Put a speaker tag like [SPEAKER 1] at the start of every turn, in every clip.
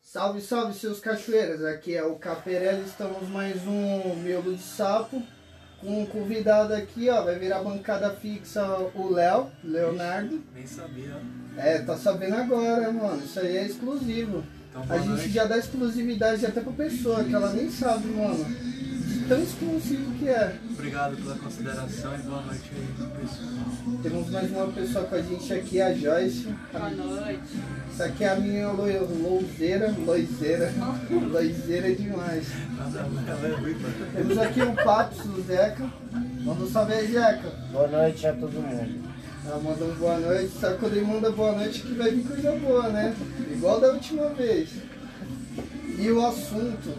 [SPEAKER 1] Salve, salve, seus cachoeiras! Aqui é o Caperelli, estamos mais um Miolo de Sapo. Com um convidado aqui, ó, vai virar bancada fixa o Léo, Leonardo.
[SPEAKER 2] Nem sabia.
[SPEAKER 1] É, tá sabendo agora, mano, isso aí é exclusivo.
[SPEAKER 2] Então,
[SPEAKER 1] A
[SPEAKER 2] boa
[SPEAKER 1] gente
[SPEAKER 2] noite.
[SPEAKER 1] já dá exclusividade até pra pessoa, que ela nem sabe, mano, de tão exclusivo que é.
[SPEAKER 2] Obrigado pela consideração e boa noite aí, pessoal.
[SPEAKER 1] Temos mais uma pessoa com a gente aqui, a Joyce.
[SPEAKER 3] Boa noite.
[SPEAKER 1] Isso aqui é a minha lo- louzeira, loizeira, loizeira demais.
[SPEAKER 2] Ela- Ela é ruiva.
[SPEAKER 1] Temos aqui o Papos, o Zeca. Manda um salve aí, Zeca.
[SPEAKER 4] Boa noite a todo mundo.
[SPEAKER 1] Ela manda um boa noite. Só quando ele manda boa noite que vai vir coisa boa, né? Igual da última vez. E o assunto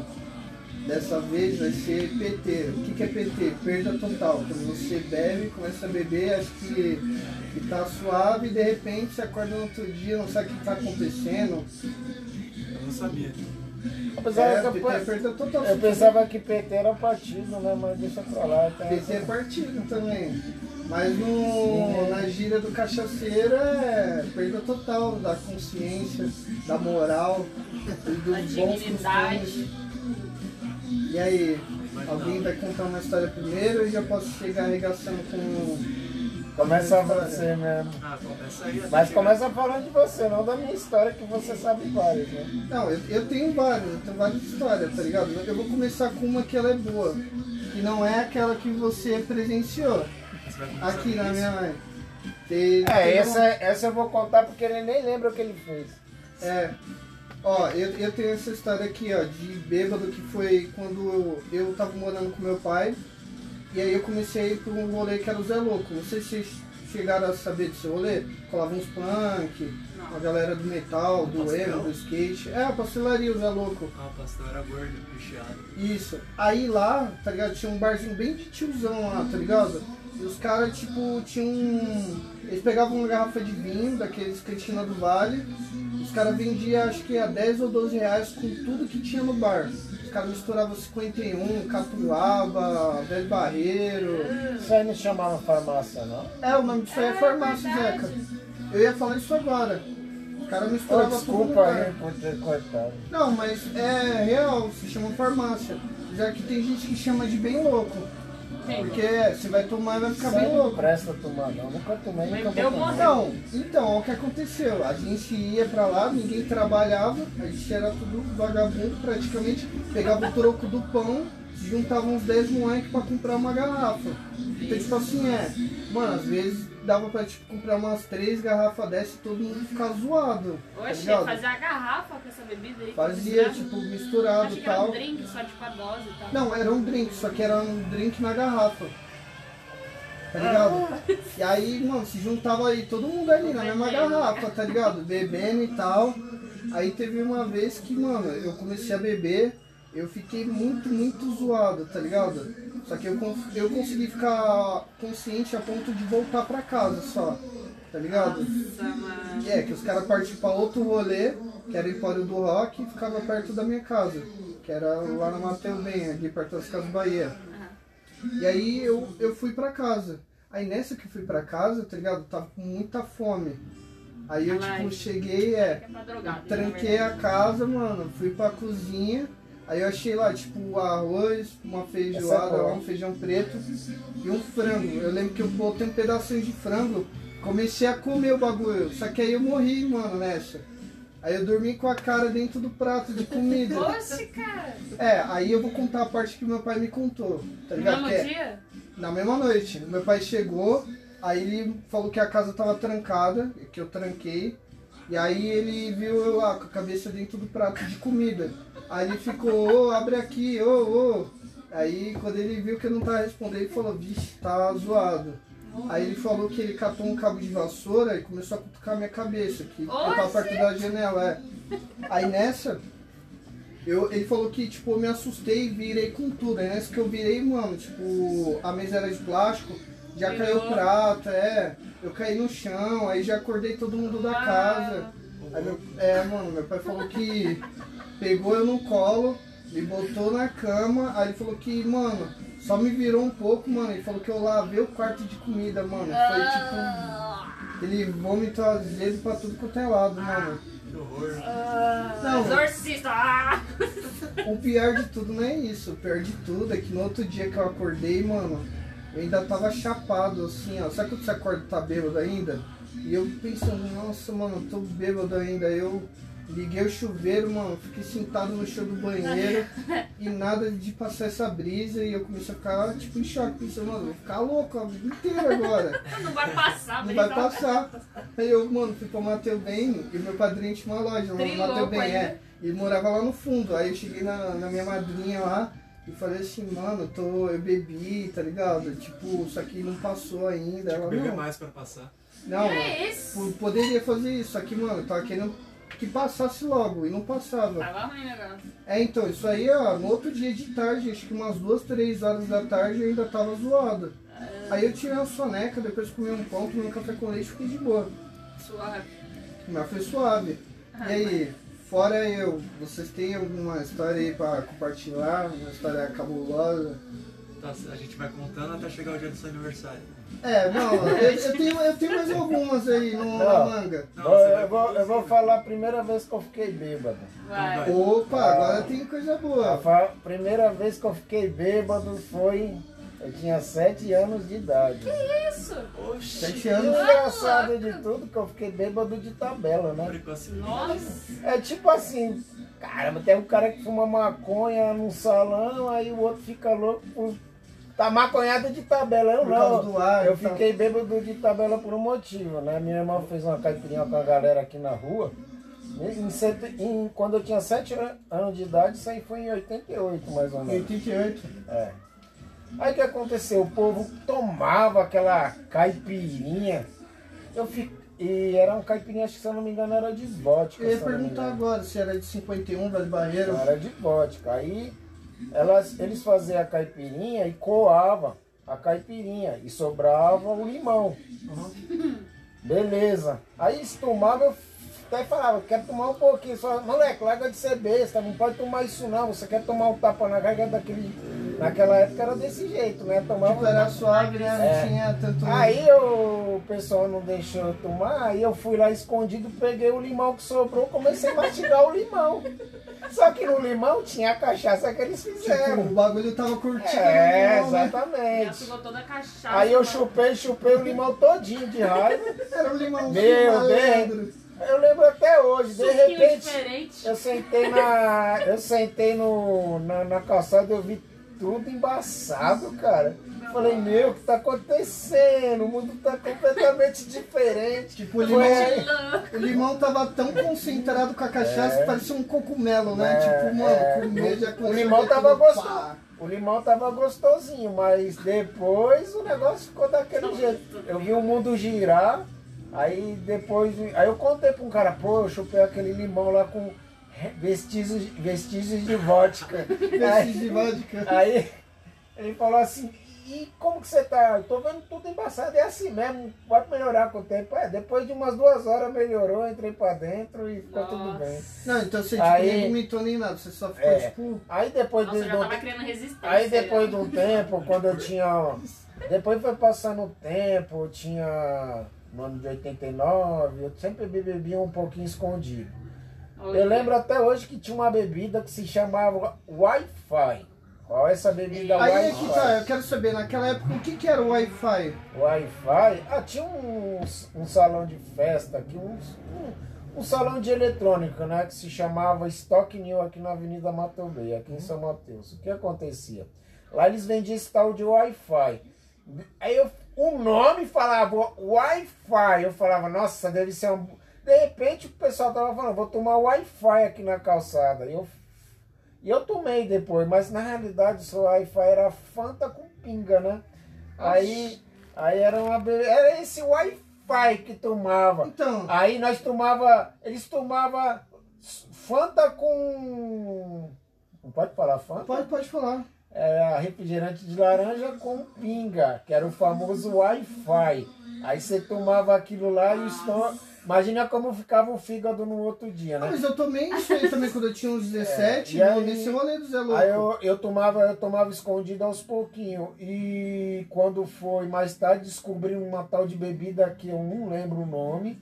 [SPEAKER 1] dessa vez vai ser PT. O que que é PT? Perda total. Quando você bebe, começa a beber, acha que, que tá suave e de repente você acorda no outro dia, não sabe o que tá acontecendo.
[SPEAKER 2] Eu não sabia.
[SPEAKER 4] Eu
[SPEAKER 1] É,
[SPEAKER 4] pensava, que,
[SPEAKER 1] PT é perda total.
[SPEAKER 4] eu pensava que PT era partido, né? Mas deixa pra lá. Tá?
[SPEAKER 1] PC é partido também. Mas no, na gíria do cachaceiro é perda total da consciência, da moral, e
[SPEAKER 3] Da
[SPEAKER 1] dos bons
[SPEAKER 3] dignidade.
[SPEAKER 1] costumes. E aí, alguém vai contar uma história primeiro ou eu já posso chegar arregaçando com.
[SPEAKER 4] Começa você mesmo.
[SPEAKER 2] Ah, começa aí. até
[SPEAKER 4] Mas
[SPEAKER 2] chegar.
[SPEAKER 4] começa falando de você, não da minha história, que você sabe várias, né?
[SPEAKER 1] Não, eu, eu tenho várias, eu tenho várias histórias, tá ligado? Eu vou começar com uma que ela é boa, que não é aquela que você presenciou
[SPEAKER 2] Você vai começar
[SPEAKER 1] aqui
[SPEAKER 2] com
[SPEAKER 1] na
[SPEAKER 2] isso?
[SPEAKER 1] minha mãe. Tem-
[SPEAKER 4] É,
[SPEAKER 1] tem
[SPEAKER 4] essa,
[SPEAKER 1] uma-
[SPEAKER 4] essa eu vou contar porque ele nem lembra o que ele fez.
[SPEAKER 1] É. Ó, eu, eu tenho essa história aqui, ó, de bêbado que foi quando eu, eu tava morando com meu pai. E aí eu comecei por um rolê que era o Zé Louco. Não sei se vocês chegaram a saber desse rolê. Colava uns punk,
[SPEAKER 3] Não.
[SPEAKER 1] a galera do metal, do
[SPEAKER 2] Pastel?
[SPEAKER 1] emo, do skate. É, a pastelaria, o Zé Louco.
[SPEAKER 2] Ah, o pastor era gordo, puxado.
[SPEAKER 1] Isso. Aí lá, tá ligado? Tinha um barzinho bem de tiozão lá, tá ligado? E os caras, tipo, tinham um... Eles pegavam uma garrafa de vinho, daqueles Cristina do Vale. Os caras vendiam, acho que a 10 ou 12 reais com tudo que tinha no bar. Os caras misturavam 51, catuaba, velho barreiro.
[SPEAKER 4] Isso aí não chamava farmácia, não?
[SPEAKER 1] É, o nome disso aí é farmácia, Zeca. Eu ia falar isso agora. Os caras
[SPEAKER 4] Pô,
[SPEAKER 1] misturavam tudo no
[SPEAKER 4] desculpa
[SPEAKER 1] bar.
[SPEAKER 4] aí por ter cortado.
[SPEAKER 1] Não, mas é real, se chama farmácia. Já que tem gente que chama de bem louco.
[SPEAKER 3] Tem.
[SPEAKER 1] Porque é, você vai tomar e vai ficar
[SPEAKER 4] Isso aí
[SPEAKER 1] bem
[SPEAKER 4] não
[SPEAKER 1] louco.
[SPEAKER 4] presta tomar, não. Nunca tomei, nunca
[SPEAKER 3] Bebeu
[SPEAKER 4] vou tomar.
[SPEAKER 3] montão.
[SPEAKER 1] Então, então, olha o que aconteceu. A gente ia pra lá, ninguém trabalhava, a gente era tudo vagabundo praticamente, pegava o troco do pão, juntava uns 10 moleques pra comprar uma garrafa. Então tipo assim é, mano, às vezes dava pra tipo, comprar umas três garrafas dessa e todo mundo ficar zoado. tá
[SPEAKER 3] Oxe,
[SPEAKER 1] ligado?
[SPEAKER 3] fazer a garrafa com essa bebida aí.
[SPEAKER 1] Fazia,
[SPEAKER 3] misturado.
[SPEAKER 1] tipo, misturado
[SPEAKER 3] Acho
[SPEAKER 1] e
[SPEAKER 3] que era um
[SPEAKER 1] tal.
[SPEAKER 3] drink só, tipo, a dose e tal.
[SPEAKER 1] Não, era um drink, só que era um drink na garrafa. Tá ligado? E aí, mano, se juntava aí todo mundo ali na mesma garrafa, tá ligado? Bebendo e tal. Aí teve uma vez que, mano, eu comecei a beber, eu fiquei muito, muito zoado, tá ligado? Só que eu, cons- eu consegui ficar consciente a ponto de voltar pra casa só, tá ligado?
[SPEAKER 3] Nossa, mano.
[SPEAKER 1] É, que os caras partiam pra outro rolê, que era Empório do Rock, e ficava perto da minha casa, que era lá na Mateu Bem, ali perto das Casas Bahia.
[SPEAKER 3] Aham.
[SPEAKER 1] E aí eu, eu fui pra casa. Aí nessa que eu fui pra casa, tá ligado? Tava com muita fome. Aí eu,
[SPEAKER 3] Caralho.
[SPEAKER 1] tipo, cheguei, é.
[SPEAKER 3] Que é pra drogado.
[SPEAKER 1] Tranquei a casa, mano, fui pra cozinha. Aí eu achei lá, tipo, arroz, uma
[SPEAKER 4] Essa
[SPEAKER 1] feijoada
[SPEAKER 4] é boa.
[SPEAKER 1] lá, um feijão preto e um frango. Eu lembro que eu botei um pedacinho de frango, comecei a comer o bagulho. Só que aí eu morri, mano, nessa. Aí eu dormi com a cara dentro do prato de comida.
[SPEAKER 3] Oxe, cara.
[SPEAKER 1] É, aí eu vou contar a parte que meu pai me contou, tá ligado?
[SPEAKER 3] Mesmo
[SPEAKER 1] Que é-
[SPEAKER 3] dia?
[SPEAKER 1] na mesma noite. Meu pai chegou, aí ele falou que a casa tava trancada, que eu tranquei. E aí ele viu eu lá com a cabeça dentro do prato de comida. Aí ele ficou, ô, abre aqui, ô, ô. Aí quando ele viu que eu não tava respondendo, ele falou, vixe, tá zoado. Aí ele falou que ele catou um cabo de vassoura e começou a cutucar minha cabeça, que eu tava perto da janela, é. Aí nessa, eu, ele falou que, tipo, eu me assustei e virei com tudo. Aí nessa que eu virei, mano, tipo, a mesa era de plástico, já caiu
[SPEAKER 3] Virou.
[SPEAKER 1] o prato, é. Eu caí no chão, aí já acordei todo mundo da
[SPEAKER 3] Ah.
[SPEAKER 1] casa. Aí meu- é, mano, meu pai falou que pegou eu no colo, me botou na cama, aí ele falou que, mano, só me virou um pouco, mano. Ele falou que eu lavei o quarto de comida, mano. Foi tipo.
[SPEAKER 3] Ah,
[SPEAKER 1] Ele vômito azedo pra tudo quanto é lado, mano.
[SPEAKER 2] Que horror.
[SPEAKER 1] Não.
[SPEAKER 3] Exorcista! Ah!
[SPEAKER 1] O pior de tudo não é isso. O pior de tudo é que no outro dia que eu acordei, mano, eu ainda tava chapado, assim, ó. Sabe quando você acorda e tá bêbado ainda? E eu pensando, nossa, mano, eu tô bêbado ainda. Eu liguei o chuveiro, mano, fiquei sentado no chão do banheiro e nada de passar essa brisa. E eu comecei a ficar, tipo, em choque, pensando, mano, eu vou ficar louco a vida inteira agora.
[SPEAKER 3] Não vai passar, então-
[SPEAKER 1] Não vai
[SPEAKER 3] brincar.
[SPEAKER 1] passar. Aí eu, mano, fui pra Mateu Bem e meu padrinho tinha uma loja, lá no
[SPEAKER 3] Trilouco
[SPEAKER 1] Mateu Bem, é.
[SPEAKER 3] ainda.
[SPEAKER 1] E morava lá no fundo. Aí eu cheguei na, na minha madrinha lá e falei assim, mano, eu tô, eu bebi, tá ligado? Tipo, isso aqui não passou ainda. Ela,
[SPEAKER 2] Beber
[SPEAKER 1] não,
[SPEAKER 2] mais pra passar.
[SPEAKER 1] não,
[SPEAKER 3] Que
[SPEAKER 1] mano,
[SPEAKER 3] é isso?
[SPEAKER 1] po- poderia fazer isso, só que, mano, eu tava querendo que passasse logo e não passava.
[SPEAKER 3] Tava ruim o negócio.
[SPEAKER 1] É, então, isso aí, ó, no outro dia de tarde, acho que umas duas, três horas da tarde, eu ainda tava zoado. Aí eu tirei uma soneca, depois comi um pão, tomei um café com leite e fiquei de boa.
[SPEAKER 3] Suave.
[SPEAKER 1] Mas foi suave.
[SPEAKER 3] Ah,
[SPEAKER 1] E aí, fora eu, vocês têm alguma história aí pra compartilhar? Uma história cabulosa?
[SPEAKER 2] Tá, a gente vai contando até chegar o dia do seu aniversário.
[SPEAKER 1] É, não, eu, eu tenho, eu tenho mais algumas aí no, na
[SPEAKER 5] Não.
[SPEAKER 1] manga.
[SPEAKER 2] Não,
[SPEAKER 5] Ó,
[SPEAKER 2] você vai
[SPEAKER 5] eu, vou, eu vou
[SPEAKER 2] produzindo.
[SPEAKER 5] falar a primeira vez que eu fiquei bêbado.
[SPEAKER 3] Vai.
[SPEAKER 1] Opa, agora tem coisa
[SPEAKER 5] A
[SPEAKER 1] boa.
[SPEAKER 5] fa- primeira vez que eu fiquei bêbado foi. Eu tinha 7 anos de idade.
[SPEAKER 3] Isso.
[SPEAKER 1] Sete
[SPEAKER 5] E o
[SPEAKER 1] anos.
[SPEAKER 5] engraçado de tudo que eu fiquei bêbado de tabela, né?
[SPEAKER 2] Precoce.
[SPEAKER 3] Nossa.
[SPEAKER 5] É tipo assim, caramba, tem um cara que fuma maconha num salão, aí o outro fica louco por. Tá maconhado de tabela, eu
[SPEAKER 1] Por causa
[SPEAKER 5] não.
[SPEAKER 1] do ar.
[SPEAKER 5] Eu
[SPEAKER 1] então.
[SPEAKER 5] fiquei bêbado de tabela por um motivo, né? Minha irmã fez uma caipirinha com a galera aqui na rua. Em cento- em- quando eu tinha 7 anos de idade, isso aí foi em 88, mais ou
[SPEAKER 1] Em
[SPEAKER 5] menos.
[SPEAKER 1] 88.
[SPEAKER 5] É. Aí o que aconteceu? O povo tomava aquela caipirinha. Eu fi- E era um caipirinha, acho que se eu não me engano, era de vodka.
[SPEAKER 1] Eu ia
[SPEAKER 5] se eu não me
[SPEAKER 1] perguntar
[SPEAKER 5] engano.
[SPEAKER 1] agora se era de 51, Vale Barreiro.
[SPEAKER 5] Era é de vodka. Aí elas, eles faziam a caipirinha e coava a caipirinha e sobrava o limão.
[SPEAKER 1] Uhum.
[SPEAKER 5] Beleza. Aí eles tomavam, eu até falava, quero tomar um pouquinho. Só, moleque, larga de ser besta, não pode tomar isso não. Você quer tomar um tapa na garganta daquele. Naquela época era desse jeito, né?
[SPEAKER 1] Tipo,
[SPEAKER 5] Tomava
[SPEAKER 1] era suave, né? Não
[SPEAKER 5] É.
[SPEAKER 1] tinha tanto.
[SPEAKER 5] Aí o pessoal não deixou eu tomar, aí eu fui lá escondido, peguei o limão que sobrou, comecei a mastigar o limão. Só que no limão tinha a cachaça que eles
[SPEAKER 1] Tipo, o
[SPEAKER 5] fizeram.
[SPEAKER 1] bagulho tava curtindo.
[SPEAKER 5] É,
[SPEAKER 1] não, né?
[SPEAKER 3] Já
[SPEAKER 5] exatamente.
[SPEAKER 3] sugou toda a cachaça.
[SPEAKER 5] Aí eu
[SPEAKER 3] mano.
[SPEAKER 5] chupei, chupei o limão todinho de raiva.
[SPEAKER 1] Era um limãozinho.
[SPEAKER 5] Meu
[SPEAKER 1] malandro.
[SPEAKER 5] Eu lembro até hoje, de
[SPEAKER 3] Suquinho
[SPEAKER 5] repente
[SPEAKER 3] diferente.
[SPEAKER 5] eu sentei na. Eu sentei no, na, na calçada, eu vi tudo embaçado, cara. Falei, meu, o que tá acontecendo? O mundo tá completamente diferente.
[SPEAKER 1] Tipo, o
[SPEAKER 5] Foi
[SPEAKER 1] limão
[SPEAKER 5] aí-
[SPEAKER 3] Louco.
[SPEAKER 1] O limão tava tão concentrado com a cachaça que parecia um cogumelo, né?
[SPEAKER 5] É,
[SPEAKER 1] tipo, mano,
[SPEAKER 5] é.
[SPEAKER 1] comer já começou
[SPEAKER 5] O
[SPEAKER 1] a
[SPEAKER 5] limão
[SPEAKER 1] ver
[SPEAKER 5] tava
[SPEAKER 1] tudo,
[SPEAKER 5] gostoso.
[SPEAKER 1] pá.
[SPEAKER 5] O limão tava gostosinho, mas depois o negócio ficou daquele jeito. Eu vi o mundo girar, aí depois. Aí eu contei pra um cara, pô, eu chupei aquele limão lá com vestígios, vestígios de vodka.
[SPEAKER 1] Desses de
[SPEAKER 5] aí,
[SPEAKER 1] vodka.
[SPEAKER 5] aí ele falou assim. E como que você tá? Eu tô vendo tudo embaçado, é assim mesmo, pode melhorar com o tempo. É, depois de umas duas horas melhorou, entrei pra dentro e ficou tudo
[SPEAKER 3] Nossa.
[SPEAKER 5] bem.
[SPEAKER 1] Não, então você tipo,
[SPEAKER 5] Aí-
[SPEAKER 1] nem vomitou nem nada, você só ficou
[SPEAKER 5] É.
[SPEAKER 1] tipo.
[SPEAKER 5] Aí depois
[SPEAKER 3] Nossa, eu
[SPEAKER 5] de-
[SPEAKER 3] já
[SPEAKER 5] do-
[SPEAKER 3] tava criando resistência.
[SPEAKER 5] Aí
[SPEAKER 1] é.
[SPEAKER 5] depois de um tempo, quando eu tinha. Depois foi passando o tempo, eu tinha. No ano de 89, eu sempre be- bebia um pouquinho escondido.
[SPEAKER 3] Olha.
[SPEAKER 1] é.
[SPEAKER 5] Eu lembro até hoje que tinha uma bebida que se chamava Wi-Fi. Qual é essa bebida
[SPEAKER 1] Aí é que tá,
[SPEAKER 5] Wi-Fi?
[SPEAKER 1] eu quero saber, naquela época o que que era o Wi-Fi?
[SPEAKER 5] Wi-Fi? Ah, tinha um, um salão de festa aqui, um, um, um salão de eletrônica, né? Que se chamava Stock New aqui na Avenida Matobei, aqui em São Mateus. O que acontecia? Lá eles vendiam esse tal de Wi-Fi. Aí eu, o nome falava Wi-Fi. Eu falava, nossa, deve ser um. De repente o pessoal tava falando, vou tomar Wi-Fi aqui na calçada. E eu, e eu tomei depois, mas na realidade o seu Wi-Fi era Fanta com pinga, né? Aí, aí era uma be- era esse Wi-Fi que tomava.
[SPEAKER 1] Então,
[SPEAKER 5] Aí nós tomava, eles tomava Fanta com não pode falar Fanta?
[SPEAKER 1] pode, pode falar.
[SPEAKER 5] Era refrigerante de laranja com pinga, que era o famoso Wi-Fi. Aí você tomava aquilo lá e o estômago. Imagina como ficava o fígado no outro dia,
[SPEAKER 1] Ah,
[SPEAKER 5] né?
[SPEAKER 1] mas eu tomei isso aí também quando eu tinha uns 17,
[SPEAKER 5] É, e
[SPEAKER 1] no-
[SPEAKER 5] aí-
[SPEAKER 1] nesse rolê do Zé Louco.
[SPEAKER 5] Aí eu, eu tomava, eu tomava escondido aos pouquinhos. E quando foi mais tarde, descobri uma tal de bebida que eu não lembro o nome,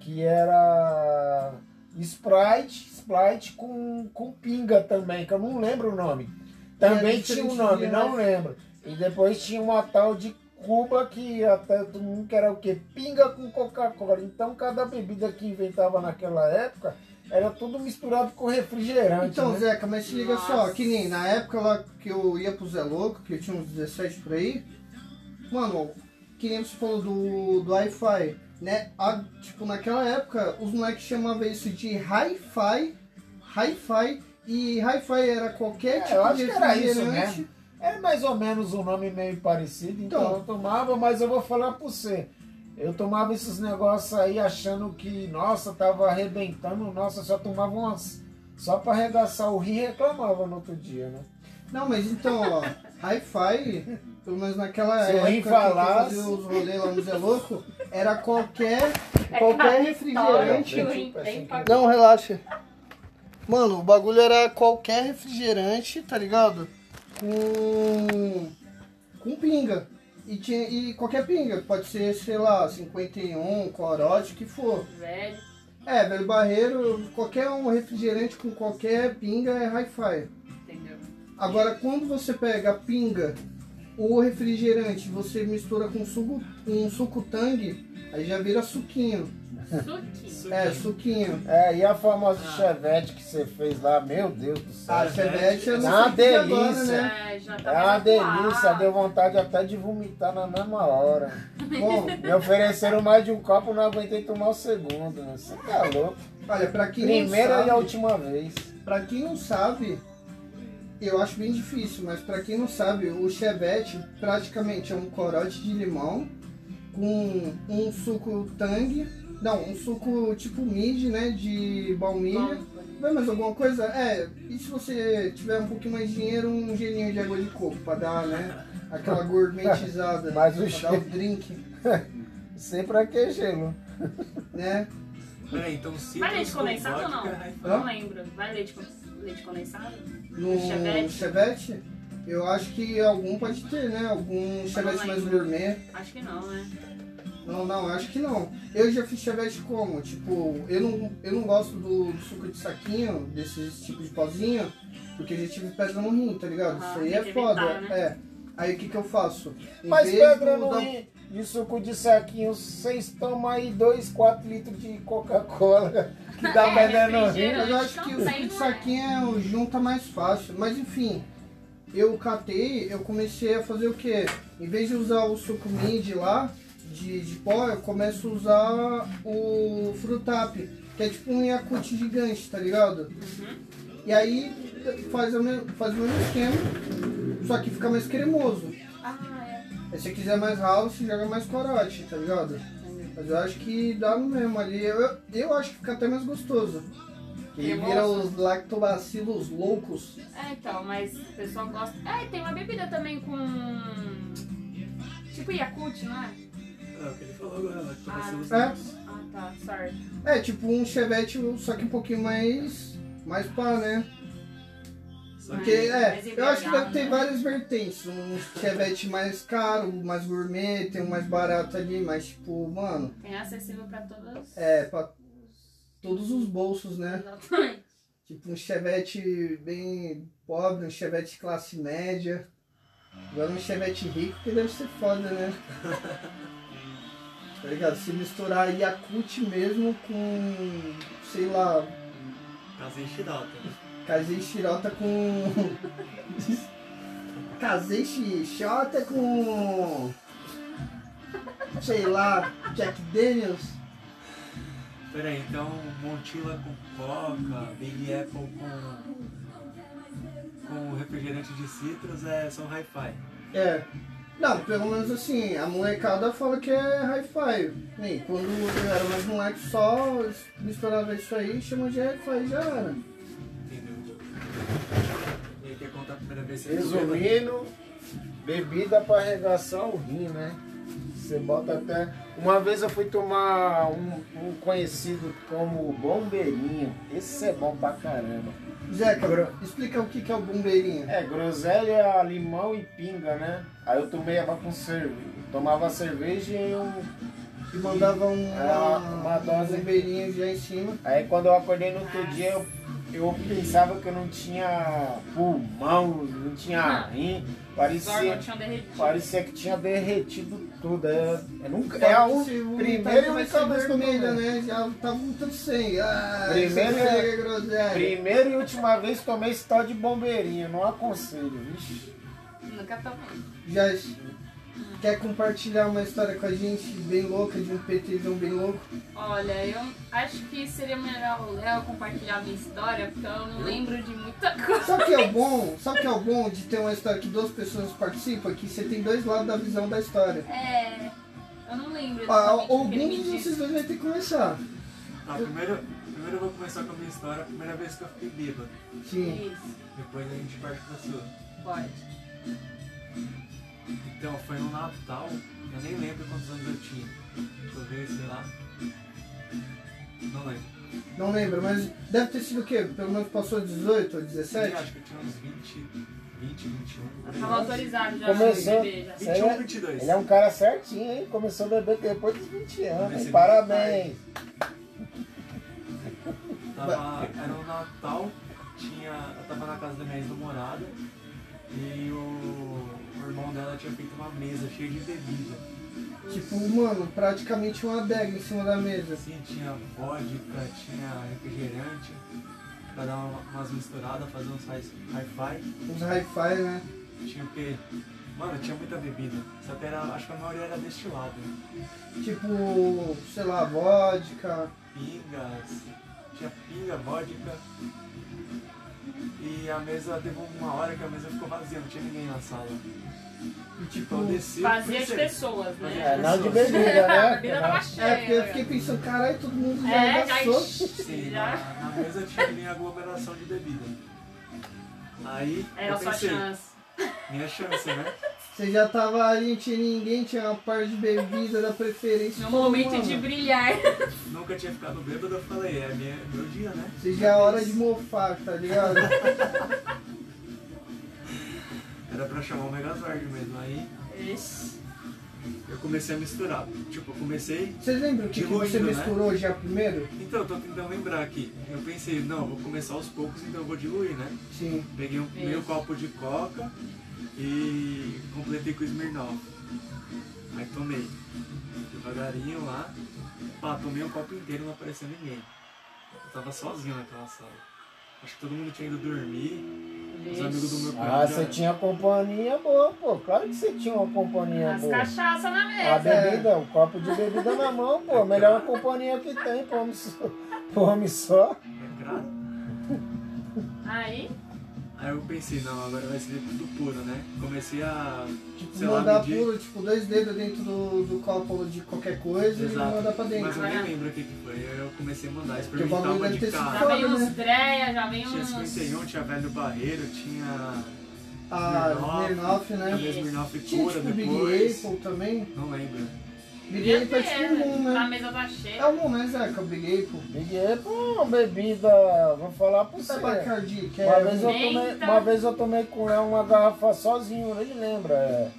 [SPEAKER 5] que era Sprite, Sprite com, com pinga também, que eu não lembro o nome. Também
[SPEAKER 1] era
[SPEAKER 5] tinha um
[SPEAKER 1] diferente né?
[SPEAKER 5] nome,
[SPEAKER 1] demais.
[SPEAKER 5] não lembro. E depois tinha uma tal de Cuba que até todo mundo que era o quê? Pinga com Coca-Cola. Então cada bebida que inventava naquela época era tudo misturado com refrigerante.
[SPEAKER 1] Então,
[SPEAKER 5] né?
[SPEAKER 1] Zeca, mas se liga só,
[SPEAKER 3] Nossa.
[SPEAKER 1] que nem na época lá que eu ia pro Zé Louco, que eu tinha uns 17 por aí, mano, que nem você falou do, do Hi-Fi, né? A- tipo, naquela época, os moleques chamavam isso de Hi-Fi, Hi-Fi, e Hi-Fi era qualquer
[SPEAKER 5] É,
[SPEAKER 1] tipo
[SPEAKER 5] eu acho
[SPEAKER 1] de
[SPEAKER 5] que era isso
[SPEAKER 1] refrigerante.
[SPEAKER 5] É mais ou menos um nome meio parecido, então,
[SPEAKER 1] Então.
[SPEAKER 5] eu tomava, mas eu vou falar pra você. Eu tomava esses negócios aí achando que, nossa, tava arrebentando, nossa, só tomava umas. Só pra arregaçar o rim e reclamava no outro dia, né?
[SPEAKER 1] Não, mas então, ó, Hi-Fi, pelo menos naquela
[SPEAKER 5] Se eu
[SPEAKER 1] época
[SPEAKER 5] rim
[SPEAKER 1] que
[SPEAKER 5] falasse-
[SPEAKER 1] eu fazia os rolês lá no Zé Louco, era qualquer,
[SPEAKER 3] É
[SPEAKER 1] qualquer
[SPEAKER 3] cada história
[SPEAKER 1] refrigerante.
[SPEAKER 3] que o
[SPEAKER 5] tipo
[SPEAKER 3] Rim
[SPEAKER 5] assim,
[SPEAKER 3] tem pra-
[SPEAKER 1] Não, relaxa. Mano, o bagulho era qualquer refrigerante, tá ligado? Com. com pinga. E, tinha, e qualquer pinga, pode ser, sei lá, 51, corote, o que for.
[SPEAKER 3] Velho.
[SPEAKER 1] É, velho barreiro, qualquer um refrigerante com qualquer pinga é hi-fi.
[SPEAKER 3] Entendeu?
[SPEAKER 1] Agora, quando você pega a pinga, o refrigerante, você mistura com suco, um suco tangue, aí já vira suquinho.
[SPEAKER 3] Suki.
[SPEAKER 1] É, suquinho.
[SPEAKER 5] É, e a famosa
[SPEAKER 2] Ah.
[SPEAKER 5] chevette que você fez lá, meu Deus do céu.
[SPEAKER 1] A chevette é no
[SPEAKER 5] Ah,
[SPEAKER 1] suco de agora,
[SPEAKER 5] delícia.
[SPEAKER 1] né?
[SPEAKER 3] É, já
[SPEAKER 5] é
[SPEAKER 3] tá
[SPEAKER 5] uma
[SPEAKER 3] mais
[SPEAKER 5] delícia,
[SPEAKER 3] atuado.
[SPEAKER 5] deu vontade até de vomitar na mesma hora.
[SPEAKER 1] Bom,
[SPEAKER 5] Me ofereceram mais de um copo, não aguentei tomar o segundo. né? Você tá louco.
[SPEAKER 1] Olha, pra quem
[SPEAKER 5] Primeira
[SPEAKER 1] não
[SPEAKER 5] e a
[SPEAKER 1] sabe,
[SPEAKER 5] última vez.
[SPEAKER 1] pra quem não sabe, eu acho bem difícil, mas pra quem não sabe, o chevette praticamente é um corote de limão com um suco tangue, não, um suco tipo mid, né, de baunilha.
[SPEAKER 3] Bom,
[SPEAKER 1] Vai mais alguma coisa? É, e se você tiver um pouquinho mais de dinheiro, um gelinho de água de coco pra dar, né, aquela gourmetizada,
[SPEAKER 5] Mas o
[SPEAKER 1] pra dar o
[SPEAKER 5] cheiro-
[SPEAKER 1] drink,
[SPEAKER 5] Sei pra que gelo.
[SPEAKER 1] né?
[SPEAKER 2] Peraí, então citrus
[SPEAKER 3] Vai leite
[SPEAKER 2] com
[SPEAKER 3] condensado ou não?
[SPEAKER 2] vodka, né? hi-fi.
[SPEAKER 1] Hã?
[SPEAKER 3] Não lembro. Vai leite, con- leite condensado?
[SPEAKER 1] no
[SPEAKER 3] Chevette?
[SPEAKER 1] Chevette, eu acho que algum pode ter, né? Algum Chevette mais
[SPEAKER 3] lembro.
[SPEAKER 1] gourmet.
[SPEAKER 3] Acho que não, né?
[SPEAKER 1] Não, não, acho que não. Eu já fiz Chevette como? Tipo, eu não, eu não gosto do, do suco de saquinho, desses tipo de pozinho, porque eu já tive pedra no rim, tá ligado?
[SPEAKER 3] Ah,
[SPEAKER 1] Isso aí
[SPEAKER 3] tem
[SPEAKER 1] é
[SPEAKER 3] que
[SPEAKER 1] foda.
[SPEAKER 3] evitar, né?
[SPEAKER 1] É. Aí o que que eu faço? Em
[SPEAKER 5] Mas
[SPEAKER 1] vez
[SPEAKER 5] pedra
[SPEAKER 1] do-
[SPEAKER 5] no
[SPEAKER 1] da-
[SPEAKER 5] rim de suco de saquinho, vocês tomam aí 2, 4 litros de Coca-Cola que dá
[SPEAKER 3] É,
[SPEAKER 5] pedra no rim.
[SPEAKER 1] Mas
[SPEAKER 3] refrigerante.
[SPEAKER 1] eu acho que né? o
[SPEAKER 3] Também
[SPEAKER 1] suco de
[SPEAKER 3] não é.
[SPEAKER 1] saquinho junta um, tá mais fácil. Mas enfim, eu catei, eu comecei a fazer o quê? Em vez de usar o suco mid lá, de, de pó, eu começo a usar o frutap, que é tipo um Yakut gigante, tá ligado? E aí faz, a me- faz o mesmo esquema, só que fica mais cremoso.
[SPEAKER 3] Ah, é.
[SPEAKER 1] Aí se você quiser mais house, joga mais corote, tá ligado? Mas eu acho que dá no mesmo ali. Eu, eu acho que fica até mais gostoso. Que
[SPEAKER 3] Cremoso.
[SPEAKER 1] vira os lactobacilos loucos.
[SPEAKER 3] É, então, mas o pessoal gosta. É, e tem uma bebida também com. Tipo Yakut, não é?
[SPEAKER 2] É o que ele falou agora, lá que tu
[SPEAKER 3] Ah.
[SPEAKER 2] vai ser os
[SPEAKER 1] É.
[SPEAKER 2] citrus.
[SPEAKER 3] Ah, tá, sorry.
[SPEAKER 1] É tipo um chevette, só que um pouquinho mais. mais pá, né?
[SPEAKER 2] Só
[SPEAKER 1] Porque,
[SPEAKER 2] que
[SPEAKER 1] é,
[SPEAKER 3] mais
[SPEAKER 1] eu acho que deve
[SPEAKER 3] embriagado,
[SPEAKER 1] ter
[SPEAKER 3] né?
[SPEAKER 1] várias vertentes. Um chevette mais caro, mais gourmet, tem um mais barato ali, mas tipo, mano,
[SPEAKER 3] Tem É acessível pra todas.
[SPEAKER 1] é pra todos os bolsos, né?
[SPEAKER 3] Exatamente.
[SPEAKER 1] Tipo um chevette bem pobre, um chevette classe média. Agora um chevette rico que deve ser foda, né? tá ligado? Se misturar Yakut mesmo com, sei lá,
[SPEAKER 2] Casei Shidalta.
[SPEAKER 1] Casei Shirota com. Casei Xixota com. Sei lá, Jack Daniels.
[SPEAKER 2] Peraí, então Montila com coca, Big Apple com. com refrigerante de citros é, são hi-fi.
[SPEAKER 1] É. Não, pelo menos assim, a molecada fala que é hi-fi. Nem quando eu era mais moleque só misturava isso aí e chamou de hi-fi e já era.
[SPEAKER 2] Entendeu? E aí quer contar a primeira vez que você ficou bêbado?
[SPEAKER 5] Resumindo, bebida pra arregaçar o rim, né? Você bota até. Uma vez eu fui tomar um, um conhecido como bombeirinho. Esse é bom pra caramba.
[SPEAKER 1] Zeca,
[SPEAKER 5] Agora-
[SPEAKER 1] explica o que que é o bombeirinho.
[SPEAKER 5] É, groselha, limão e pinga, né? Aí eu tomei ela com cerveja. Tomava cerveja e um,
[SPEAKER 1] E mandava
[SPEAKER 5] Era
[SPEAKER 1] uma,
[SPEAKER 5] uma dose.
[SPEAKER 1] bombeirinha já em cima.
[SPEAKER 5] Aí quando eu acordei no outro dia, eu, eu pensava que eu não tinha pulmão, não tinha rim,
[SPEAKER 3] Os órgãos
[SPEAKER 5] parecia,
[SPEAKER 3] tinham derretido.
[SPEAKER 5] parecia que tinha derretido tudo. É, é, nunca,
[SPEAKER 1] Só
[SPEAKER 5] é a
[SPEAKER 1] que
[SPEAKER 5] u-
[SPEAKER 1] se vomitar,
[SPEAKER 5] primeira e
[SPEAKER 1] vai
[SPEAKER 5] única
[SPEAKER 1] ser
[SPEAKER 5] vez que eu
[SPEAKER 1] vermelha,
[SPEAKER 5] tomei.
[SPEAKER 1] né? Já tava muito sangue. Ah,
[SPEAKER 5] Primeiro
[SPEAKER 1] isso
[SPEAKER 5] é-
[SPEAKER 1] é groselha.
[SPEAKER 5] Primeira e última vez que tomei esse tal de bombeirinha, não aconselho, vixe.
[SPEAKER 3] Nunca tá tomei.
[SPEAKER 1] Já quer compartilhar uma história com a gente bem louca, de um PTzão bem louco?
[SPEAKER 3] Olha, eu acho que seria melhor o Léo compartilhar minha história, porque eu não lembro de muita coisa.
[SPEAKER 1] Sabe o que é o bom? Sabe o que é o bom de ter uma história que duas pessoas participam? Que você tem dois lados da visão da história.
[SPEAKER 3] É. Eu não lembro.
[SPEAKER 1] Ah,
[SPEAKER 3] exatamente o
[SPEAKER 1] algum
[SPEAKER 3] que ele me
[SPEAKER 1] de
[SPEAKER 3] disse.
[SPEAKER 1] vocês dois vai ter que começar.
[SPEAKER 2] Tá, primeiro, primeiro eu vou começar com a minha história, a primeira vez que eu fiquei bêbado.
[SPEAKER 1] Sim.
[SPEAKER 3] Isso,
[SPEAKER 2] Depois a gente parte pra sua.
[SPEAKER 3] pode.
[SPEAKER 2] Então, foi no Natal, eu nem lembro quantos anos eu tinha. Deixa eu ver, sei lá. Não lembro.
[SPEAKER 1] Não lembro, mas deve ter sido o quê? Pelo menos passou 18 ou
[SPEAKER 2] Eu
[SPEAKER 1] 17?
[SPEAKER 2] acho que eu tinha uns 20, 20, 21.
[SPEAKER 3] Eu tava autorizado já
[SPEAKER 5] Começou.
[SPEAKER 3] a beber já.
[SPEAKER 5] Sério?
[SPEAKER 2] 21, 22.
[SPEAKER 5] Ele é um cara certinho, hein? Começou a beber depois dos 20 anos.
[SPEAKER 2] Comecei
[SPEAKER 5] hein? Parabéns.
[SPEAKER 2] Tava, era o Natal, tinha, eu tava na casa da minha ex-namorada e o, o irmão dela tinha feito uma mesa cheia de bebida.
[SPEAKER 1] Tipo, mano, praticamente uma adega em cima da mesa.
[SPEAKER 2] Assim, tinha vodka, tinha refrigerante, pra dar uma- umas misturadas, fazer uns hi- hi-fi.
[SPEAKER 1] Uns hi-fi, né?
[SPEAKER 2] Tinha o quê? Mano, tinha muita bebida. Só que era, acho que a maioria era destilada.
[SPEAKER 1] Tipo, sei lá, vodka.
[SPEAKER 2] Pingas, tinha pinga, vodka. E a mesa teve uma hora que a mesa ficou vazia, não tinha ninguém na sala.
[SPEAKER 1] E tipo.
[SPEAKER 2] Então eu desci.
[SPEAKER 3] Hum, Fazia as
[SPEAKER 2] pensei,
[SPEAKER 3] pessoas, né?
[SPEAKER 5] É, não de
[SPEAKER 2] Pessoas.
[SPEAKER 5] bebida,
[SPEAKER 3] A
[SPEAKER 5] né?
[SPEAKER 3] bebida tava
[SPEAKER 2] Então,
[SPEAKER 3] cheia.
[SPEAKER 1] É, porque eu fiquei pensando, caralho, todo mundo já
[SPEAKER 3] É,
[SPEAKER 1] arregaçou.
[SPEAKER 2] Sim,
[SPEAKER 3] já-
[SPEAKER 2] na,
[SPEAKER 3] já.
[SPEAKER 2] na mesa tinha minha aglomeração de bebida. Aí
[SPEAKER 3] Era
[SPEAKER 2] eu
[SPEAKER 3] É, a sua
[SPEAKER 2] pensei,
[SPEAKER 3] chance.
[SPEAKER 2] minha chance, né?
[SPEAKER 1] Você já tava ali, não tinha ninguém, tinha uma parte de bebida da preferência.
[SPEAKER 3] Meu
[SPEAKER 1] Pô,
[SPEAKER 3] momento
[SPEAKER 1] mano,
[SPEAKER 3] de brilhar.
[SPEAKER 2] Nunca tinha ficado bêbado, eu falei, é minha, meu dia, né?
[SPEAKER 1] Você já é hora de mofar, tá ligado?
[SPEAKER 2] Era pra chamar o Megazord mesmo. Aí
[SPEAKER 3] Ixi.
[SPEAKER 2] eu comecei a misturar. Tipo, eu comecei
[SPEAKER 1] Vocês lembram o que, que você
[SPEAKER 2] Diluindo, né?
[SPEAKER 1] misturou já primeiro?
[SPEAKER 2] Então, eu tô tentando lembrar aqui. Eu pensei, não, vou começar aos poucos, então eu vou diluir, né?
[SPEAKER 1] Sim.
[SPEAKER 2] Peguei
[SPEAKER 1] É.
[SPEAKER 2] um meio copo de coca e completei com Smirnoff. Aí tomei. Devagarinho lá. Pá, tomei um copo inteiro não apareceu ninguém. Eu tava sozinho naquela sala. Acho que todo mundo tinha ido dormir. Os amigos do meu primo. já-
[SPEAKER 5] Ah, você tinha companhia boa, pô. Claro que você tinha uma
[SPEAKER 2] é
[SPEAKER 5] companhia
[SPEAKER 3] As
[SPEAKER 5] boa.
[SPEAKER 3] cachaças na
[SPEAKER 5] A
[SPEAKER 3] mesa.
[SPEAKER 5] bebida, o copo de bebida na mão, pô. Melhor companhia que tem, pô. homem só- Pô, homem só.
[SPEAKER 2] É claro.
[SPEAKER 3] Aí,
[SPEAKER 2] Aí eu pensei, não, agora vai ser tudo puro, né? Comecei a.
[SPEAKER 1] Tipo,
[SPEAKER 2] sei lá,
[SPEAKER 1] mandar
[SPEAKER 2] medir.
[SPEAKER 1] puro, tipo, dois dedos dentro do, do copo de qualquer coisa e mandar pra dentro. né?
[SPEAKER 2] Mas eu nem lembro o que que foi. Eu comecei a mandar, experimentar
[SPEAKER 1] bagulho
[SPEAKER 2] uma
[SPEAKER 1] deve
[SPEAKER 2] de
[SPEAKER 1] ter sido né?
[SPEAKER 2] cada.
[SPEAKER 3] já
[SPEAKER 1] Foda,
[SPEAKER 3] vem uns
[SPEAKER 1] né?
[SPEAKER 3] dreia, já vem
[SPEAKER 2] Tinha
[SPEAKER 3] uns...
[SPEAKER 2] 51, tinha velho barreiro, tinha.
[SPEAKER 1] Ah, Smirnoff,
[SPEAKER 2] Tinha
[SPEAKER 1] né?
[SPEAKER 2] Smirnoff
[SPEAKER 1] Tinha,
[SPEAKER 2] pura
[SPEAKER 1] tipo, Big
[SPEAKER 2] depois.
[SPEAKER 1] Apple também.
[SPEAKER 2] Não lembro.
[SPEAKER 1] Big Apple é tipo um,
[SPEAKER 3] A
[SPEAKER 1] né?
[SPEAKER 3] mesa tá
[SPEAKER 1] É
[SPEAKER 3] cheia.
[SPEAKER 1] um, né, Zeca? Big Apple.
[SPEAKER 5] Big Apple é uma bebida, vou
[SPEAKER 2] Tá
[SPEAKER 5] falar pra você.
[SPEAKER 1] É Bacardi, que
[SPEAKER 5] Uma
[SPEAKER 1] é...
[SPEAKER 5] vez eu tomei,
[SPEAKER 3] Eita.
[SPEAKER 5] uma vez eu tomei com o Léo uma garrafa sozinho, nem lembra. é.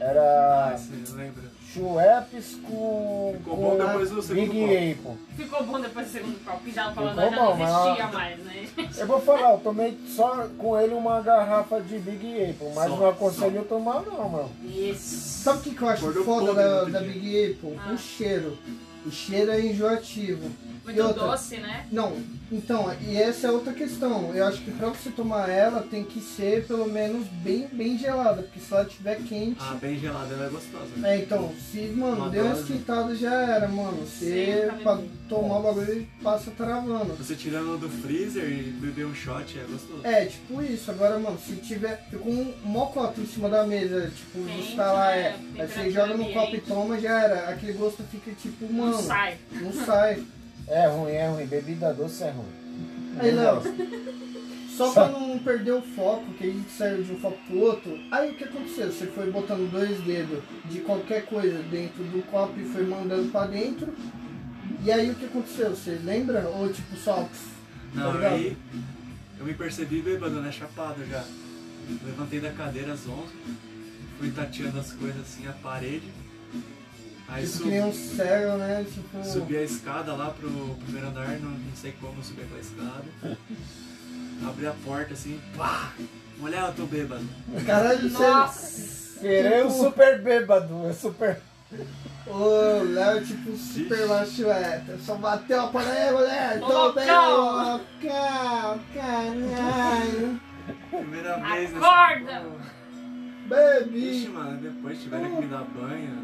[SPEAKER 2] Ah,
[SPEAKER 5] Era
[SPEAKER 2] você lembra?
[SPEAKER 5] Schweppes com,
[SPEAKER 2] Ficou bom
[SPEAKER 5] com
[SPEAKER 2] depois do segundo
[SPEAKER 5] Big Apple.
[SPEAKER 3] Ficou bom depois do segundo copo, que já falando,
[SPEAKER 5] Ficou
[SPEAKER 3] já não
[SPEAKER 5] bom, mas-
[SPEAKER 3] existia mais, né?
[SPEAKER 5] Eu vou falar, eu tomei só com ele uma garrafa de Big Apple, mas
[SPEAKER 2] Só,
[SPEAKER 5] não aconselho
[SPEAKER 2] só.
[SPEAKER 5] eu tomar não, mano.
[SPEAKER 3] Isso.
[SPEAKER 1] Sabe o que, que eu acho
[SPEAKER 2] Acordou
[SPEAKER 1] foda
[SPEAKER 2] podre no
[SPEAKER 1] da,
[SPEAKER 2] outro
[SPEAKER 1] da
[SPEAKER 2] dia.
[SPEAKER 1] Big Apple?
[SPEAKER 3] Ah.
[SPEAKER 1] O cheiro. O cheiro é enjoativo. E
[SPEAKER 3] Muito
[SPEAKER 1] outra?
[SPEAKER 3] doce, né?
[SPEAKER 1] Não, então, e essa é outra questão. Eu acho que pra você tomar ela tem que ser pelo menos bem, bem gelada, porque se ela estiver quente.
[SPEAKER 2] Ah, bem gelada, ela é gostosa.
[SPEAKER 1] É, então, se, mano,
[SPEAKER 2] Uma
[SPEAKER 1] deu uma
[SPEAKER 2] dose.
[SPEAKER 1] esquentada já era, mano.
[SPEAKER 3] Sim,
[SPEAKER 1] Você,
[SPEAKER 3] tá
[SPEAKER 1] pra
[SPEAKER 3] bem.
[SPEAKER 1] tomar o bagulho, passa travando.
[SPEAKER 2] Você tirando do freezer e beber um shot é gostoso.
[SPEAKER 1] É, tipo isso. Agora, mano, se tiver. Ficou um mocota em cima da mesa, tipo,
[SPEAKER 3] Quente,
[SPEAKER 1] está lá,
[SPEAKER 3] né?
[SPEAKER 1] é. Aí você
[SPEAKER 3] Temperatura
[SPEAKER 1] joga no copo e
[SPEAKER 3] ambiente.
[SPEAKER 1] toma, já era. Aquele gosto fica tipo,
[SPEAKER 3] Não
[SPEAKER 1] mano,
[SPEAKER 3] sai.
[SPEAKER 1] não sai.
[SPEAKER 5] É ruim, é ruim. Bebida doce é ruim.
[SPEAKER 1] Aí, Léo, só
[SPEAKER 5] Só-
[SPEAKER 1] pra não perder o foco, que a gente saiu de um foco pro outro, aí o que aconteceu? Você foi botando dois dedos de qualquer coisa dentro do copo e foi mandando pra dentro. E aí o que aconteceu? Você lembra? Ou tipo só. pff,
[SPEAKER 2] Não,
[SPEAKER 1] tá ligado?
[SPEAKER 2] aí eu me percebi bêbado, né? Chapado já. Levantei da cadeira às 11, fui tateando as coisas assim, a parede. Aí
[SPEAKER 1] tipo
[SPEAKER 2] subi,
[SPEAKER 1] que nem um cego, né? Tipo.
[SPEAKER 2] subi a escada lá pro primeiro andar, não, não sei como eu subi aquela escada. Abri a porta assim, pá! Mulher, eu tô bêbado.
[SPEAKER 1] Caralho, você.
[SPEAKER 3] Nossa!
[SPEAKER 4] Serei
[SPEAKER 5] Tipo
[SPEAKER 4] um super bêbado, é super.
[SPEAKER 1] Ô, Léo, tipo, super machueta. Só bateu a porta aí, mulher. Tô bem,
[SPEAKER 3] Loucão.
[SPEAKER 1] loucão, caralho.
[SPEAKER 2] Primeira vez nessa
[SPEAKER 3] Acorda!
[SPEAKER 2] porra. Vixe,
[SPEAKER 1] Bebi.
[SPEAKER 2] mano, depois tiveram que me dar banho.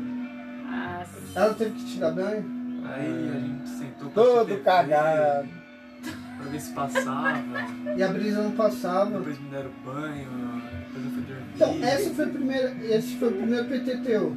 [SPEAKER 3] Nossa.
[SPEAKER 1] Ela teve que te dar banho?
[SPEAKER 2] Aí
[SPEAKER 1] É.
[SPEAKER 2] a gente sentou pra assistir
[SPEAKER 4] Todo
[SPEAKER 2] TV,
[SPEAKER 4] cagado.
[SPEAKER 2] Pra ver se passava.
[SPEAKER 1] E a brisa não passava.
[SPEAKER 2] Depois me deram banho, depois eu fui dormir.
[SPEAKER 1] Então, essa foi a primeira, esse foi o primeiro PT teu.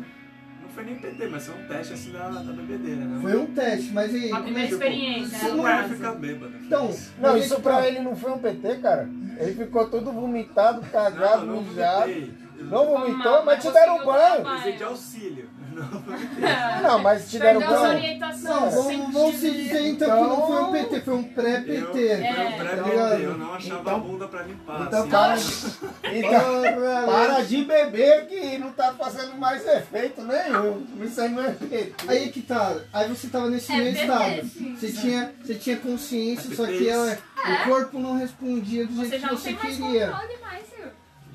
[SPEAKER 2] Não foi nem PT, mas foi um teste assim da, da bebedeira, né?
[SPEAKER 1] Foi um teste, mas e aí?
[SPEAKER 3] A primeira experiência,
[SPEAKER 1] se
[SPEAKER 3] né?
[SPEAKER 2] Você
[SPEAKER 3] no
[SPEAKER 2] não vai
[SPEAKER 3] caso.
[SPEAKER 2] ficar bêbado. né? foi
[SPEAKER 1] Então,
[SPEAKER 2] isso.
[SPEAKER 4] Não,
[SPEAKER 1] mas
[SPEAKER 4] isso
[SPEAKER 1] então,
[SPEAKER 4] pra ele não foi um PT, cara. Ele ficou todo vomitado, cagado,
[SPEAKER 2] não, um eu não
[SPEAKER 4] mijado.
[SPEAKER 2] vomitei. Eu
[SPEAKER 4] Não
[SPEAKER 2] não
[SPEAKER 4] vomitou,
[SPEAKER 1] então,
[SPEAKER 3] Mas
[SPEAKER 4] mas te
[SPEAKER 3] você
[SPEAKER 4] deram
[SPEAKER 3] conseguiu tomar
[SPEAKER 4] banho.
[SPEAKER 2] precisei de auxílio. Não vomitei.
[SPEAKER 4] Não, mas te deram
[SPEAKER 3] Perdeu as
[SPEAKER 4] banho.
[SPEAKER 1] Não,
[SPEAKER 3] orientações.
[SPEAKER 1] vamos, vamos se dizer então, que não foi um PT, foi um
[SPEAKER 2] Eu,
[SPEAKER 1] pré-PT.
[SPEAKER 2] eu,
[SPEAKER 3] É.
[SPEAKER 2] pra
[SPEAKER 1] Tá
[SPEAKER 2] beber, eu não achava
[SPEAKER 4] Então-
[SPEAKER 2] a bunda pra limpar.
[SPEAKER 4] Então
[SPEAKER 2] assim,
[SPEAKER 4] para,
[SPEAKER 2] eu-
[SPEAKER 4] então, para
[SPEAKER 1] Para
[SPEAKER 4] de beber que não tá fazendo mais efeito nenhum. Isso aí não é PT.
[SPEAKER 1] Aí que tá, aí você tava nesse
[SPEAKER 3] É
[SPEAKER 1] meio
[SPEAKER 3] PT,
[SPEAKER 1] estado.
[SPEAKER 3] sim. É.
[SPEAKER 1] Você tinha, você tinha consciência,
[SPEAKER 2] É
[SPEAKER 1] só que
[SPEAKER 2] PT.
[SPEAKER 1] ela, o corpo não respondia do jeito
[SPEAKER 3] Você já
[SPEAKER 1] que
[SPEAKER 3] não
[SPEAKER 1] você
[SPEAKER 3] tem mais
[SPEAKER 1] queria.
[SPEAKER 3] controle mais,